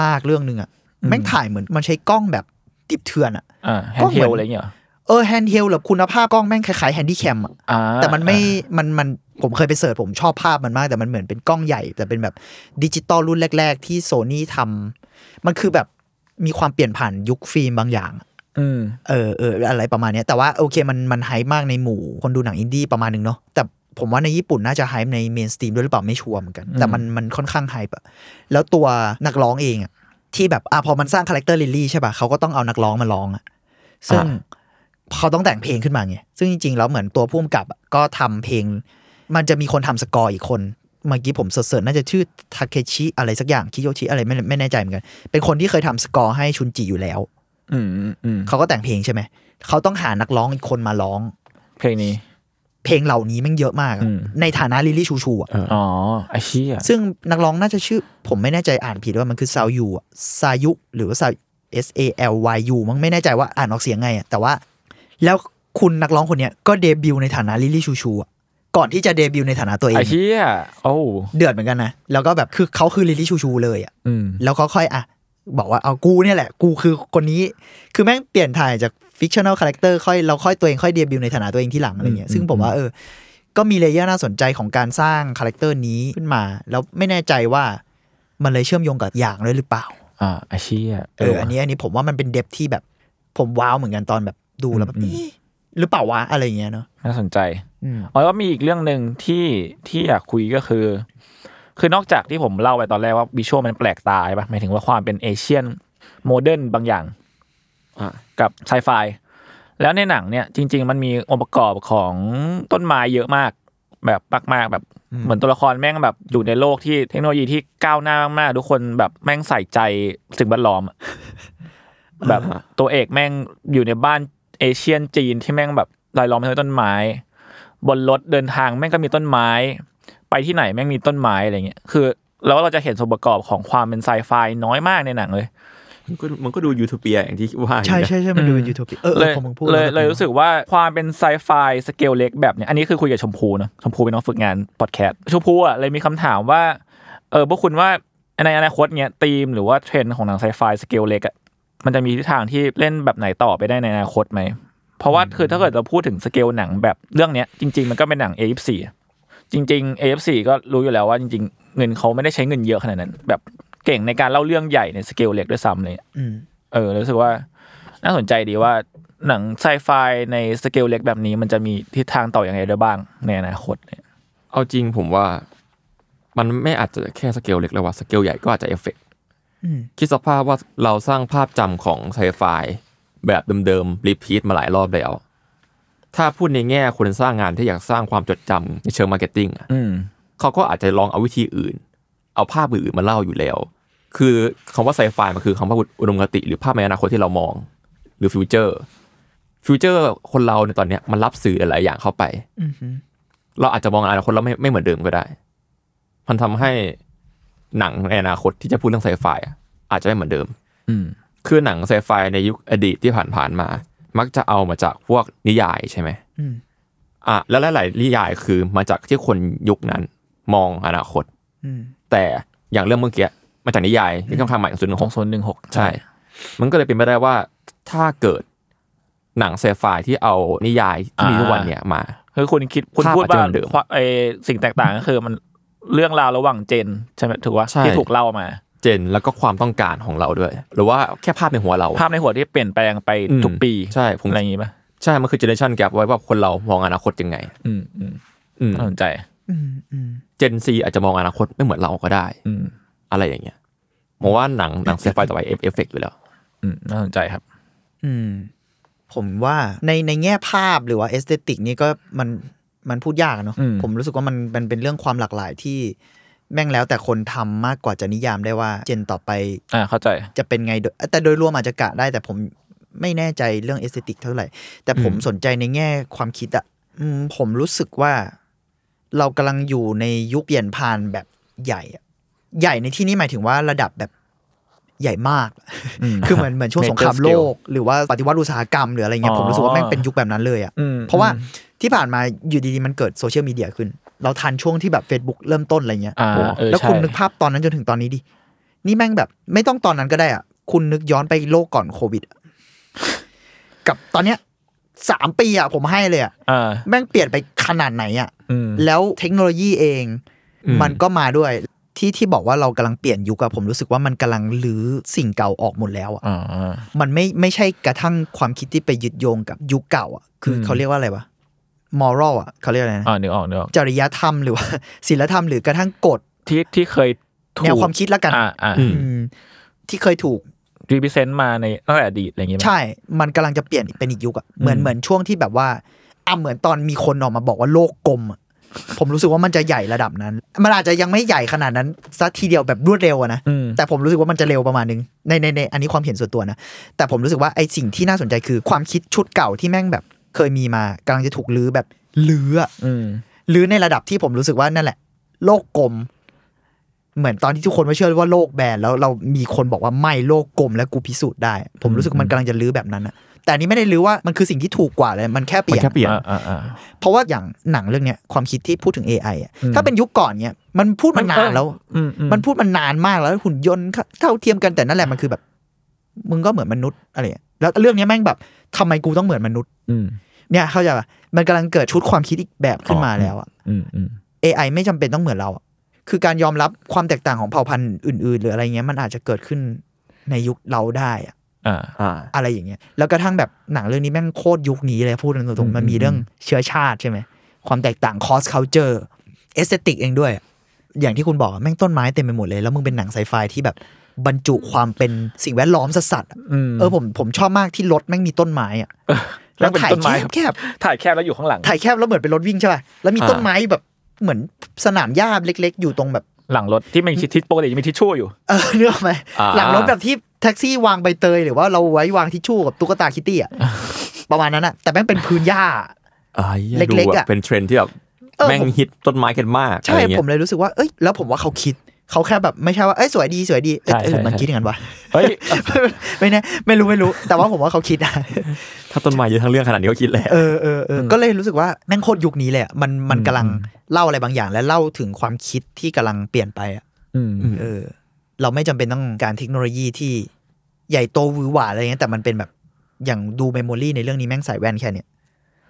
A: มากๆเรื่องหนึ่งอะแม่งถ่ายเหมือนมันใช้กล้องแบบติบเถื่อนอะ
B: อ่าแฮ
A: ก็
B: นด์
A: เห
B: เฮ
A: มือน
B: ลอะไรอย่างเงี้ยเหรอ
A: เออแฮนด์เฮลหรือคุณภาพกล้องแม่งคล้ายๆแฮนดี้แคมอะ
B: อ่า
A: แต่มันไม่ มัน มัน ผมเคยไปเสิร์ชผมชอบภาพมันมาก แต่มันเหมือนเป็นกล้องใหญ่ แต่เป็นแบบดิจิตอลรุ่นแรก ๆ ที่โซนี่ทำมันคือแบบมีความเปลี่ยนผ่านยุคฟิล์มบางอย่าง
B: อืม
A: เออเอออะไรประมาณเนี้ยแต่ว่าโอเคมันมันไฮป์มากในหมู่ คนดูหนังอินดี้ประมาณหนึงเนาะแต่ผมว่าในญี่ปุ่นน่าจะไฮป์ในเมนสตรีมด้วยหรือเปล่าไม่ชัวร์เหมือนกัน แต่มันมันค่อนข้างไฮป์อะแล้วตัวนักร้องเองอะที่แบบอ่ะพอมันสร้างคาแรคเตอร์ลิลลี่ใช่ป่ะเขาก็ต้องเอานักร้องมาร้องอะซึ่ง
C: อ่า
A: เขาต้องแต่งเพลงขึ้นมาไงซึ่งจริงๆ แล้วเหมือนตัวผู้กำกับอะก็ทำเพลง มันจะมีคนทำสกอร์อีกคน เมื่อกี้ผมเสิร์ชๆน่าจะชื่อทาเคชิอะไรสักอย่างคิโยชิอะไรไม่ไม่แน่ใจเหมือนกัน เป็นคนที่เคยทำสกอร์ให้ชุนจิอยู่แล้ว
B: อืมอืมอืม
A: เขาก็แต่งเพลงใช่ไหม เขาต้องหานักร้องอีกคนมาร้อง
B: เพลงนี้
A: เพลงเหล่านี้แม่งเยอะมากอะ
B: อืม
A: ในฐานะลิลลี่ชูชูอะ
B: อ๋อไอ้เชี่ย
A: ซึ่งนักร้องน่าจะชื่อ ผมไม่แน่ใจอ่านผิดว่ามันคือซาวยูซายุหรือว่าซา S A L Y U มั้งไม่แน่ใจว่าอ่านออกเสียงไงอะแต่ว่า แล้วคุณนักร้องคนเนี้ยก็เดบิวต์ในฐานะลิลลี่ชูชูอะก่อนที่จะเดบิวต์ในฐานะตัวเอ
B: ไอ้
A: ง
B: เชี่ยโอ้
A: เดือดเหมือนกันนะแล้วก็แบบคือเขาคือลิลลี่ชูชูเลยอะ
B: อืม
A: แล้วก็ค่อยอ่ะ บอกว่าเอากูเนี่ยแหละ กูคือคนนี้ คือแม่งเปลี่ยนถ่ายจาก fictional character ค่อยเราค่อยตัวเองค่อยเดบิวต์ในฐานะตัวเองที่หลังอะไรเงี้ย
B: อืม
A: ซึ่งผมว่าเออ ก็มีเลเยอร์น่าสนใจของการสร้างคาแรคเตอร์นี้ขึ้นมา แล้วไม่แน่ใจว่ามันเลยเชื่อมโยงกับอย่างเลยหรือเปล่า
B: อ่าไอ้เชี่ย
A: เออ อันนี้อันนี้ผมว่ามันเป็นเดบที่แบบ ผมว้าวเหมือนกันตอนแบบดูแล้วแบบเอ๊ะหรือเปล่าวะอะไรเงี้ยเนาะ
B: น่าสนใจ
A: อืม
B: อ๋อแล้วมีอีกเรื่องหนึ่งที่ที่อยากคุยก็คือ คือนอกจากที่ผมเล่าไปตอนแรกว่าวิชวลมันแปลกตาใช่ปะหมายถึงว่าความเป็นเอเชียนโมเดิร์นบางอย่าง
C: อ่ะ
B: กับไซไฟแล้วในหนังเนี่ยจริง ๆ มันมีองค์ประกอบของต้นไม้เยอะมากแบบมากๆแบบเหมือนตัวละครแม่งแบบอยู่ในโลกที่เทคโนโลยีที่ก้าวหน้ามากๆทุกคนแบบแม่งใส่ใจสิ่งแวดล้อมอะแบบตัวเอกแม่งอยู่ในบ้านเอเชียนจีนที่แม่งแบบรายล้อมไปด้วยต้นไม้ บนรถเดินทางแม่งก็มีต้นไม้ ไปที่ไหนแม่งมีต้นไม้อะไรเงี้ยคือแล้วเราจะเห็นส่วนประกอบของความเป็นไซไฟน้อยมากในหนังเลย
C: มันก็มันก็ดูยูทูเปียอย่างที่ว่าอยู่นะ
A: ใช่ใช่ใช่มันดูเป็น
B: อืม
A: ยูทูปเออ
B: เลย
A: ผมเพิ่งพูด
B: เลย
A: แล้ว
B: เลยรู้สึกว่าความเป็นไซไฟสเกลเล็กแบบเนี้ยอันนี้คือคุยกับชมพูเนอะชมพูเป็นน้องฝึกงานพอดแคสต์ชมพูอ่ะเลยมีคำถามว่าเออพวกคุณว่าในอนาคตเนี้ยธีมหรือว่าเทรนด์ของหนังไซไฟสเกลเล็กอ่ะมันจะมีทิศทางที่เล่นแบบไหนต่อไปได้ในอนาคตไหมเพราะว่าคือถ้าเกิดเราพูดถึงสเกลหนังแบบเรื่องเนี้ยจริง ๆ มันก็เป็นหนัง A24 จริง ๆ A24 ก็รู้อยู่แล้วว่าจริง ๆ เงินเขาไม่ได้ใช้เงินเยอะขนาดนั้น แบบเก่งในการเล่าเรื่องใหญ่ในสเกลเล็กด้วยซ้ำเลย
A: อืม
B: เออรู้สึกว่าน่าสนใจดีว่าหนังไซไฟในสเกลเล็กแบบนี้มันจะมีทิศทางต่ออย่างไรได้บ้างในอนาคตเนี่ย
C: เอาจริงผมว่า มันไม่อาจจะแค่สเกลเล็กแล้วว่าสเกลใหญ่ก็อาจจะเอฟเฟกต์
A: อืม
C: คิดสภาพว่าเราสร้างภาพจำของไซไฟแบบเดิมๆรีพีทมาหลายรอบแล้ว ถ้าพูดในแง่คนสร้างงานที่อยากสร้างความจดจำในเชิงมาร์เก็ตติ้งอะ
B: อืม
C: เขาก็อาจจะลองเอาวิธีอื่น เอาภาพอื่นๆมาเล่าอยู่แล้ว คือคำว่าไซไฟมันคือคำว่าอุดมคติ หรือภาพในอนาคตที่เรามอง หรือฟิวเจอร์ ฟิวเจอร์คนเราในตอนเนี้ยมันรับสื่อหลายอย่างเข้าไป
A: อืมฮึ
C: เราอาจจะมองอนาคตเราไม่ไม่เหมือนเดิมก็ได้ มันทำให้หนังในอนาคตที่จะพูดเรื่องไซไฟอะอาจจะไม่เหมือนเดิม
B: อืม
C: คือหนังไซไฟในยุคอดีตที่ผ่านๆมา มักจะเอามาจากพวกนิยายใช่ไหม
A: อืม
C: อ่ะแล้วหลายๆนิยายคือมาจากที่คนยุคนั้นมองอนาคต
A: อืม
C: แต่อย่างเรื่องเมื่อกี้มาจากนิยายที่ค่อนข้างใหม่ของศูนย์หนึ่
B: ของ
C: งหก
B: โซนหนึ่งหก
C: ใช่ มันก็เลยเป็นไปได้ว่าถ้าเกิดหนังไซไฟที่เอานิยายที่มีทุกวันเนี่ยมา
B: คือคุณคิดคุณ
C: ภาพ
B: พูดว่า
C: อาจจะเหมือนเดิม
B: ความไอสิ่งแตกต่างก็คือมันเรื่องราวระหว่างเจน ใช่ไหมถูกว่า
C: ใช่
B: ที่ถูกเล่ามา
C: เจนแล้วก็ความต้องการของเราด้วย หรือว่าแค่ภาพในหัวเราอะ
B: ภาพในหัวที่เปลี่ยนแปลงไป
C: อืม
B: ทุกปี
C: ใช่ผม
B: อะไรอย่างงี้ป่ะ
C: ใช่ มันคือเจเนอเรชันแกปไว้ว่าคนเรามองอนาคตยังไง
B: อืมอืม
C: อืม
B: น่าสนใจ
A: อืมอืม
C: เจนซีอาจจะมองอนาคตไม่เหมือนเราก็ได้
B: อืม
C: อะไรอย่างเงี้ยมองว่าหนังหนังไซไฟต่อไปเอฟเฟกต์อยู่แล้ว
B: อืมน่าสนใจครับ
A: อืมผมว่าในในแง่ภาพหรือว่าเอสเตติกนี่ก็มันมันพูดยากอะเนาะ
B: อืม
A: ผมรู้สึกว่ามันมันเป็นเรื่องความหลากหลายที่แม่งแล้วแต่คนทำมากกว่าจะนิยามได้ว่าเจนต่อไป
B: อ่าเข้าใจ
A: จะเป็นไงโดยแต่โดยรวมอาจจะกะได้ แต่ผมไม่แน่ใจเรื่องเอสเตติกเท่าไหร่ แต่ผมสนใจในแง่ความคิดอะอืมผมรู้สึกว่า เรากำลังอยู่ในยุคเปลี่ยนผ่านแบบใหญ่อะใหญ่ในที่นี้หมายถึงว่าระดับแบบใหญ่มาก
B: อืม
A: คือเหมือนเหมือนช่วง
B: Major
A: สงคราม
B: scale
A: โลก หรือว่าปฏิวัติอุตสาหกรรมหรืออะไรเงี้ย
B: อ๋อ
A: ผมรู้สึกว่าแม่งเป็นยุคแบบนั้นเลยอ่ะ
B: อืม
A: เพราะว่าที่ผ่านมาอยู่ดีๆ มันเกิดโซเชียลมีเดียขึ้น เราทันช่วงที่แบบ Facebook เริ่มต้นอะไรเงี้ย
B: อ่า
C: โอ้
B: เออ
A: แล้วคุณ
B: ใช่
A: นึกภาพตอนนั้นจนถึงตอนนี้ดิ นี่แม่งแบบไม่ต้องตอนนั้นก็ได้อ่ะ คุณนึกย้อนไปโลกก่อนโควิดอะกับตอนเนี้ยสามปีอ่ะผมให้เลยอ่ะ
B: อ่า
A: แม่งเปลี่ยนไปขนาดไหนอ่ะ
B: อืม
A: แล้วเทคโนโลยีเอง
C: อืม
A: มันก็มาด้วยที่ที่บอกว่าเรากำลังเปลี่ยนยุคอะผมรู้สึกว่ามันกำลังรื้อสิ่งเก่าออกหมดแล้วอะ
B: อ่า
A: มันไม่ไม่ใช่กระทั่งความคิดที่ไปยึดโยงกับยุคเก่าอะคือ
B: ม
A: เขาเรียกว่าอะไรวะมอรัลอะเขาเรียกอะไรนะ
B: อ่านึกออกนึกออก
A: จริยธรรมหรือว่า ศีลธรรมหรือกระทั่งกฎ
B: ที่ที่เคยถูก
A: แนวความคิดละกัน
B: อ่าอ่า
C: อืม
A: อืมที่เคยถูก
B: รีพิเซนต์มาในตั้งแต่อดีตอะไรอย่างเงี้ย
A: ใช่ มันกำลังจะเปลี่ยนเป็นอีกยุคอะเหมือน
B: อืม
A: เหมือนช่วงที่แบบว่าอ่ะเหมือนตอนมีคนออกมาบอกว่าโลกกลมอะผมรู้สึกว่ามันจะใหญ่ระดับนั้น มันอาจจะยังไม่ใหญ่ขนาดนั้นซะทีเดียวแบบรวดเร็วอะนะ
B: อืม
A: แต่ผมรู้สึกว่ามันจะเร็วประมาณนึงในในในอันนี้ความเห็นส่วนตัวนะ แต่ผมรู้สึกว่าไอสิ่งที่น่าสนใจคือความคิดชุดเก่าที่แม่งแบบ เคยมีมากำลังจะถูกลื้อแบบลื้ออะ
B: อืม
A: ลื้อในระดับที่ผมรู้สึกว่านั่นแหละ โลกกลม เหมือนตอนที่ทุกคนมาเชื่อว่าโลกแบนแล้วเรามีคนบอกว่าไม่โลกกลมและกูพิสูจน์ได้ ผมรู้สึกว่ามันกำลังจะลื้อแบบนั้นอะแต่อันนี้ไม่ได้ลื้อว่ามันคือสิ่งที่ถูกกว่าเลยมันแค่เป
C: มัน
A: ลี่ยน
C: แค่เปลี่ยน
B: อ่าอ่าอ่า
A: เพราะว่าอย่างหนังเรื่องเนี้ยความคิดที่พูดถึง AI อ่ะ
B: อืม
A: ถ้าเป็นยุคก่อนเนี้ยมันพูดมานานแล้ว
B: อืมอืม
A: มันพูดมานานมากแล้วหุ่นยนต์เท่าเทียมกันแต่นั่นแหละมันคือแบบ มึงก็เหมือนมนุษย์อะไรอย่างเงี้ยแล้วเรื่องเนี้ยแม่งแบบทำไมกูต้องเหมือนมนุษย์
B: อืม
A: เนี่ยเข้าใจป่ะมันกำลังเกิดชุดความคิดอีกแบบขึ้นมาแล้วอ่ะ
B: อืมอืม
A: AI ไม่จำเป็นต้องเหมือนเราอะคือการยอมรับความแตกต่างของเผ่าพันธุ์อื่น ๆ หรืออะไรเงี้ยมันอาจจะเกิดขึ้นในยุคเราได้อะ
B: อ่า
C: อ่า
A: อะไรอย่างเงี้ย แล้วกระทั่งแบบหนังเรื่องนี้แม่งโคตรยุคนี้เลยพูดตรงๆมันมี
B: อืม
A: เรื่องเชื้อชาติใช่ไหม ความแตกต่างคอสเคาเจอร์เอสเตติกเองด้วย อย่างที่คุณบอกอะแม่งต้นไม้เต็มไปหมดเลย แล้วมึงเป็นหนังไซไฟที่แบบบรรจุความเป็นสิ่งแวดล้อมสัสๆอะ
B: อืม
A: เออผมผมชอบมากที่รถแม่งมีต้นไม้อะ
B: แม่งเป็น
A: ถ่าย
B: ต้นไม้
A: แคบ
B: ถ่ายแคบแล้วอยู่ข้างหลัง
A: ๆถ่ายแคบแล้วเหมือนเป็นรถวิ่งใช่ป่ะ แล้วมีต้นไม้แบบเหมือนสนามหญ้าเล็ก ๆ อยู่ตรงแบบ
B: หลังรถที่มันมีทิชปกติจะมีทิชชู่อยู่
A: เออ เนื้ออกไหม
C: อ่า
A: หลังรถแบบที่แท็กซี่วางใบเตย หรือว่าเราไว้วางทิชชู่กับตุ๊กตาคิตตี้อ่ะ ประมาณนั้นอ่ะ แต่แม่งเป็นพื้นหญ้า
C: อ่าหี้ย
A: เล็กๆ
C: ดูแบบ
A: อะ
C: เป็นเทรนด์ที่แบบ
A: เออ
C: แม่ง
A: ผม
C: ฮิตต้นไม้กันมากอะ
A: ใช่
C: ไรเงี้
A: ผม
C: ย
A: เลยรู้สึกว่าเอ้ยแล้วผมว่าเขาคิดเขาแค่แบบไม่ใช่ว่าเอ้ยสวยดีสวยดีเอ้ย
B: ใช่
A: เอ้ย
B: ใช่
A: มัน
B: ใช่
A: คิดอย่างนั้นวะ
B: เฮ้ย
A: ไม่แน่ไม่รู้ไม่รู้ แต่ว่าผมว่าเขาคิดอะ
C: ถ้าต้นไม้เยอะทั้งเรื่องขนาดนี้ก็คิดแหละ
A: เออเออเออก็เลยรู้สึกว่าแม่งโคตรยุคนี้เลยอะมันมันกำลังเล่าอะไรบางอย่าง และเล่าถึงความคิดที่กำลังเปลี่ยนไปอะ
B: อืม
A: เออเราไม่จำเป็นต้องการเทคโนโลยีที่ใหญ่โตหวือหวาอะไรเงี้ยแต่มันเป็นแบบอย่างดูเมมโมรีในเรื่องนี้แม่งใส่แว่นแค่เนี้ย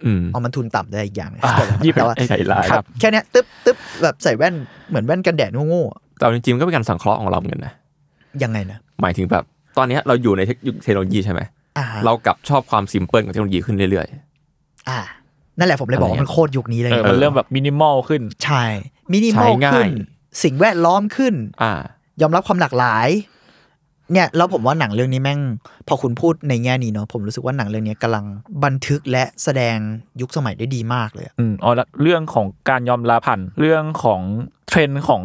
C: อืม
A: เอามันทุนต่ำได้อีกอย่างหนึ่ง
B: อ่ะยี่สิบ
A: แต่ว่า
C: ใส่ลาย
B: ครับ
A: แค่เนี้ยตึ๊บตึ๊บแบบใส่แว่นเหมือนแว่นกันแดดโง่ๆอะ
C: แต่เอาจริงๆมันก็เป็นการสังเคราะห์ของเราเหมือนกันนะ
A: ยังไงนะ
C: หมายถึงแบบตอนเนี้ยเราอยู่ในเทคยุคเทคโนโลยีใช่ไหม
A: อ่า
C: เรากลับชอบความซิมเพิลของเทคโนโลยีขึ้นเรื่อย
A: อ่า นั่นแหละผมเลยบอกว่า
C: อะไรเงี้ย
A: มันโคตรยุคนี้เลย
B: เออมันเริ่มแบบมินิมอลขึ้น
A: ใช่มินิมอล
C: ใช้ง่าย
A: ขึ้น สิ่งแวดล้อมขึ้น
C: ๆ อ่า
A: ยอมรับความหลากหลาย เนี่ยแล้วผมว่าหนังเรื่องนี้แม่ง พอคุณพูดในแง่นี้เนาะผมรู้สึกว่าหนังเรื่องนี้กำลังบันทึกและแสดงยุคสมัยได้ดีมากเลยอะ
B: อืมอ๋อแล้วเรื่องของการยอมรับผ่านเรื่องของเทรนด์ของ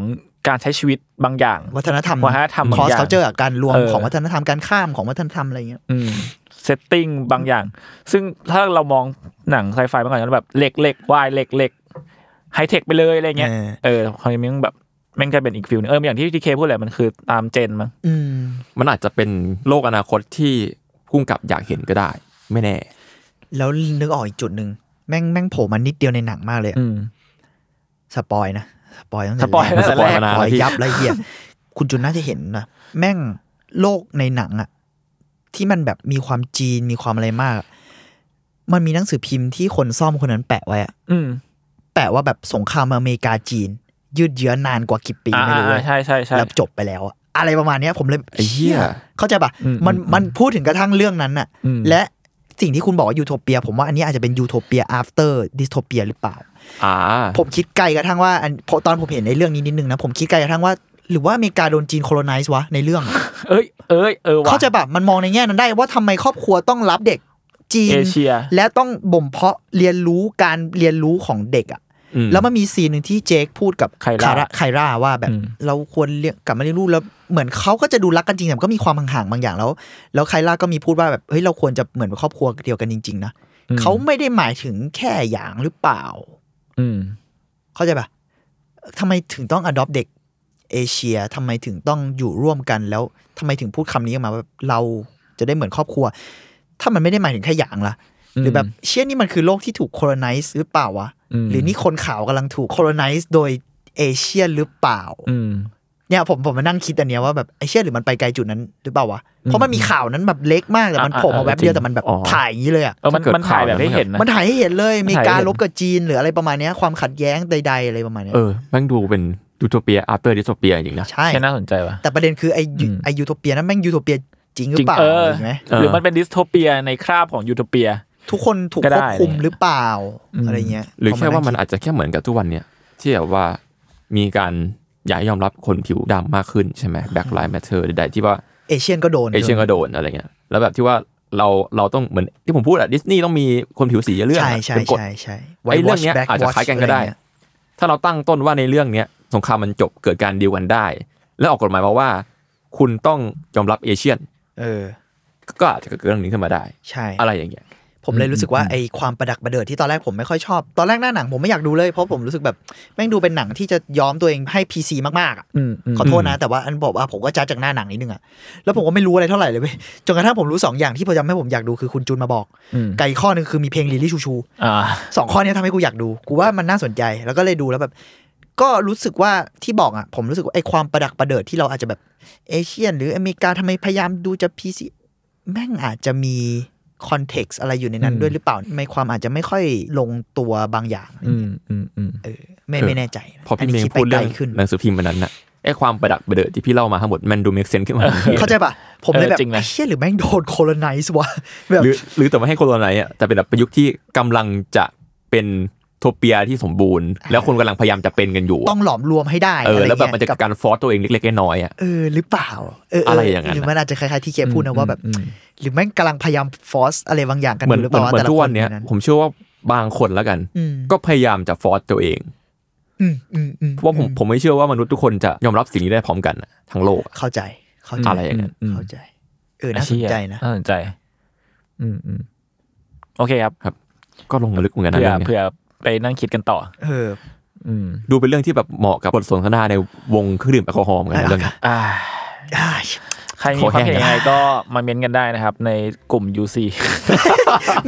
B: การใช้ชีวิตบางอย่าง
A: วัฒนธรรม
B: วัฒนธรรม
A: คอ
B: บา
A: ส
B: งอย่าง
A: เคาเจอร์การรวม
B: เออ
A: ของวัฒนธรรมการข้ามของวัฒนธรรมอะไรเงี้ย
B: อืมเซตติ้งบางอย่าง ซึ่งถ้าเรามองหนังไซไฟเมื่อก่อนจะแบบเหล็กเหล็กวายเหล็กเหล็กไฮเทคไปเลยอะไรเงี้ย
A: เออ
B: เออคราวนี้มันแบบแม่งกลายเป็นอีกฟิลหนึงเอออย่างที่ทีเคพูดแหละมันคือตามเจนมั้ง
A: อืม
C: มันอาจจะเป็นโลกอนาคตที่พุ่งกับอยากเห็นก็ได้ ไม่แน่
A: แล้วนึกออกอีกจุดหนึ่งแม่งแม่งโผล่มานิดเดียวในหนังมากเลยอะ
B: อืม
A: สปอยนะสปอยตั้ง
B: ส
A: แต่
B: ปอย
A: แรก
B: ตั้งแต่
A: สปอย
B: แรก
A: สปอย
C: นะ
A: ยับไรเหี้ยคุณจุนน่าจะเห็นนะแม่งโลกในหนังอะที่มันแบบมีความจีนมีความอะไรมากอะมันมีหนังสือพิมพ์ที่คนซ่อมคนนั้นแปะไว้อะ
B: อืม
A: แปลว่าแบบสงครามอเมริกาจีน ยืดเยื้อนานกว่ากี่ปี
B: อ่า
A: ไม่รู้เลย
B: ใช่ใช่ใช่
A: แล้วจบไปแล้วอะอะไรประมาณเนี้ยผมเลย
C: ไอ้เหี้ย
A: เข้าใจปะ
B: อืม
A: มัน
B: อืม
A: มันพูดถึงกระทั่งเรื่องนั้นน่ะ
B: อืม
A: และสิ่งที่คุณบอกว่ายูโทเปีย ผมว่าอันนี้อาจจะเป็นยูโทเปีย after ดิสโทเปียหรือเปล่า
C: อ่า
A: ผมคิดไกลกระทั่งว่าอันพอตอนผมเห็นในเรื่องนี้นิดนึงนะ ผมคิดไกลกระทั่งว่า หรือว่าอเมริกาโดนจีนโคโลไนซ์วะในเรื่อง
B: เอ้ยเอ้ยเออว่ะ
A: เข้าใจปะมันมองในแง่นั้นได้ว่าทำไมครอบครัวต้องรับเด็กจีน
B: เอเชีย
A: และต้องบ่มเพาะเรียนรู้การเรียนรู้ของเด็กอะ
C: อืม
A: แล้วมันมีซีนหนึ่งที่เจคพูดกับ
B: ไคล่า
A: ไคล่าว่าแบบ
B: อืม
A: เราควรเลี้ยงกลับมาเลี้ยงลูกแล้วเหมือนเขาก็จะดูรักกันจริงแต่มันก็มีความห่างๆบางอย่างแล้ว แล้วไคล่าก็มีพูดว่าแบบเฮ้ยเราควรจะเหมือนเป็นครอบครัวเดียวกันจริงๆนะ
B: อืม
A: เขาไม่ได้หมายถึงแค่อย่างหรือเปล่า
B: อืม
A: เข้าใจปะทำไมถึงต้องอดอปเด็กเอเชียทำไมถึงต้องอยู่ร่วมกันแล้วทำไมถึงพูดคำนี้ออกมาว่าเราจะได้เหมือนครอบครัว ถ้ามันไม่ได้หมายถึงแค่อย่างล่ะ หรือแบบเชี่ยนี่มันคือโลกที่ถูกโคโลไนซ์หรือเปล่าวะ
B: อืม
A: หรือนี่คนขาวกำลังถูกโคโลไนซ์โดยเอเชียหรือเปล่า
B: อืม
A: เนี่ยผมผมมานั่งคิดอันเนี้ยว่าแบบไอเชียหรือมันไปไกลจุดนั้นหรือเปล่าวะ เพราะมันมีข่าวนั้นแบบเล็กมากแต่มัน
B: อ่ะ
A: โผล่มา
B: อ่ะ
A: แวบเดียว
C: จริง
A: แต่มันแบบ
C: อ๋อ
A: ถ่ายอย่างนี้เลยอะ
B: เออมัน
C: ถ้าเกิด
B: มันถ่ายแบบให้เห็นนะ
A: มันถ่ายให้เห็นเลยมีการ
B: ถ่ายให้เห็น
A: ลบกับจีนหรืออะไรประมาณเนี้ยความขัดแย้งใดๆอะไรประมาณเนี้ย
C: เออแม่งดูเป็นยูโทเปีย after ดิสโทเปียจริงๆนะ
A: ใช่
B: แค่น่าสนใจว่ะ
A: แต่ประเด็นคือไอยู
B: อืม
A: ไอยูโทเปียนั้นแม่งยูโทเปียจริงหรื
B: จริ
A: อง เปล่า
B: เออ
A: เห็นไหม
C: เออ
B: หรือมันเป็นดิสโทเปียในคราบของยูโทเปีย
A: ทุกคนถูก
B: ก็
A: ค
B: ได้
A: วบคุมหรือเปล่า
B: อืม
A: อะไรเงี้ย
C: หรือแค่ว่ามัน
A: พ
C: อาจจะแค่เหมือนกับทุกวันเนี่ยที่แบบว่ามีการอยากให้ยอมรับคนผิวดำมากขึ้นใช่ไหม Black Lives Matter ใดๆที่ว่า
A: เอเชียนก็โดน
C: เอเชียก็โดนอะไรเงี้ยแล้วแบบที่ว่าเราเราต้องเหมือนที่ผมพูดอะดิสนีย์ต้องมีคนผิวสีเยอะเรื่อง
A: ใช่
C: อะ
A: ใช่
C: เป็นกฎ
A: ใช่ใช่
C: ไอ้เรื่องเนี้ย
A: Whitewash,
C: อาจจะคล้ายกันก็
A: Blackwash
C: ได้
A: อะไรเงี้ย
C: ถ้าเราตั้งต้นว่าในเรื่องเนี้ยสงครามมันจบเกิดการดีลกันได้ แล้วออกกฎหมายมาว่า คุณต้องยอมรับเอเชียน
A: เออ
C: ก็อาจจะเกิดเรื่องนี้ขึ้นมาได้
A: ใช่
C: อะไรอย่างเงี้ย
A: ผมเลยรู้สึกว่าไอความประดักประเดิดที่ตอนแรกผมไม่ค่อยชอบ ตอนแรกหน้าหนังผมไม่อยากดูเลยเพราะผมรู้สึกแบบแม่งดูเป็นหนังที่จะย้อมตัวเองให้ PC มากๆอะ
B: อืมอืม
A: ขอโทษนะ แต่ว่าอันบอกว่าผมก็จ้าจากหน้าหนังนิดนึงอะแล้วผมก็ไม่รู้อะไรเท่าไหร่เลยเว้ยจนกระทั่งผมรู้สองอย่างที่ผมจำให้ผมอยากดูคือคุณจูนมาบอก
B: อืม
A: ไกบอีกข้อหนึงคือมีเพลงลิลลี่ชูชู
B: อ่า
A: สองข้อเนี้ยทำให้กูอยากดู กูว่ามันน่าสนใจ แล้วก็เลยดูแล้วแบบ ก็รู้สึกว่าที่บอกอ่ะ ผมรู้สึกว่าไอ้ความประดักประเดิดที่เราอาจจะแบบเอเชียน หรืออเมริกาทำไมพยายามดูจะพีซีแม่งอาจจะมีคอนเท็กซ์อะไรอยู่ในนั้น
B: อืม
A: ด้วยหรือเปล่าไม่ความอาจจะไม่ค่อยลงตัวบางอย่าง
B: อืมอืมอืม
A: เออไม่ไม่แน่ใจนะ
C: พอพี่เม
A: น
C: ง
A: นี้คิไป
C: พูดเรื่อง
A: ไกลขึ้น
C: หนังสือพิมพ์มันนั้นน่ะไอ้ความประดักประเดิดที่พี่เล่ามาทั้งหมดมันดูเมกเซนขึ้นมาทั นที
A: เข้าใจปะผมเลยแบบ
B: เออจริงนะ
A: ไอ้เชี่ยหรือแม่งโดนโคโลไนซ์วะแบบ
C: หรือหรือแต่ว่าให้โคโรนาเนี่ยแต่เป็นแบบประยุกต์ที่กำลังจะเป็นโทเปียที่สมบูรณ์ แล้วคนกำลังพยายามจะเป็นกันอยู่
A: ต้องหลอมรวมให้ได้
C: เออ
A: อะไร
C: แล้วแบบ
A: เงี้ย
C: มันจะ
A: กับ
C: การฟอร์สตัวเองเล็กๆน้อยๆอ่ะ
A: เออหรือเปล่าเออเ
C: อะไรอย่างนั้น
A: หรือมันอาจจะคล้ายๆที่เคพูดนะว่าแบบ
B: อืม
A: หรือแม่งกำลังพยายามฟอสอะไรบางอย่างกัน
C: เหมือน
A: ยู่หรือ
C: เห
A: เป
C: มือน
A: ล่า
C: เหมือน
A: แต่ละ
C: ทุก
A: ค
C: วัน นเนี้ย
A: นั้น
C: ผมเชื่อว่าบางคนแล้วกัน
A: อืม
C: ก็พยายามจะฟอร์สตัวเอง
A: อืมอืมอืม
C: ว่าผมผมไม่เชื่อว่ามนุษย์ทุกคนจะยอมรับสิ่งนี้ได้พร้อมกันน่ะทั้งโลกอะ
A: เข้าใจเข้าใจ
C: อะไรอย่างนั้น
B: อืม
A: เข้าใจ เออน่าสนใจนะ
B: น่าสนใจ อืมอืมโอเคครับ
C: ก็ลงลึกเหมือนกันนะ
B: เผื่อ
C: เรื่องเนี้ย
B: เผื่อไปนั่งคิดกันต่อ
A: เออ
B: อืม
C: ดูเป็นเรื่องที่แบบเหมาะกับบทสนทนาในวงเครื่องดื่มแอลกอฮอล์เหมือนกันนะเรื่องเนี้ย
B: อ่า
A: อ่า
B: ใครมี
C: ขอ
B: ความ
C: แห้ง
B: เห็นยังไงก็มาเม้นกันได้นะครับ ในกลุ่ม UC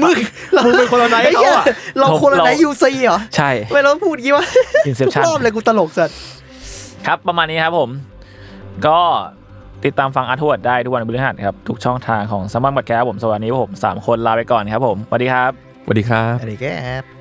A: มึงเราเป็นคนละไหนเขาอ่ะเราคนละไหนยูซีเหรอ
B: ใช่
A: ทำไม่เราพูดงี้วะ
B: Inception
A: ทุกรอบเลยกูตลกสัส
B: ครับ ประมาณนี้ครับผม ก็ติดตามฟังอาร์ทเวร์ดได้ทุกวันพฤหัสครับ ทุกช่องทางของสม o นบัตแคร์ผมสวัสดีครับผมสามคนลาไปก่อนครับผมสวัสดีครับ
C: สวัสดีครับ
A: อะไรแก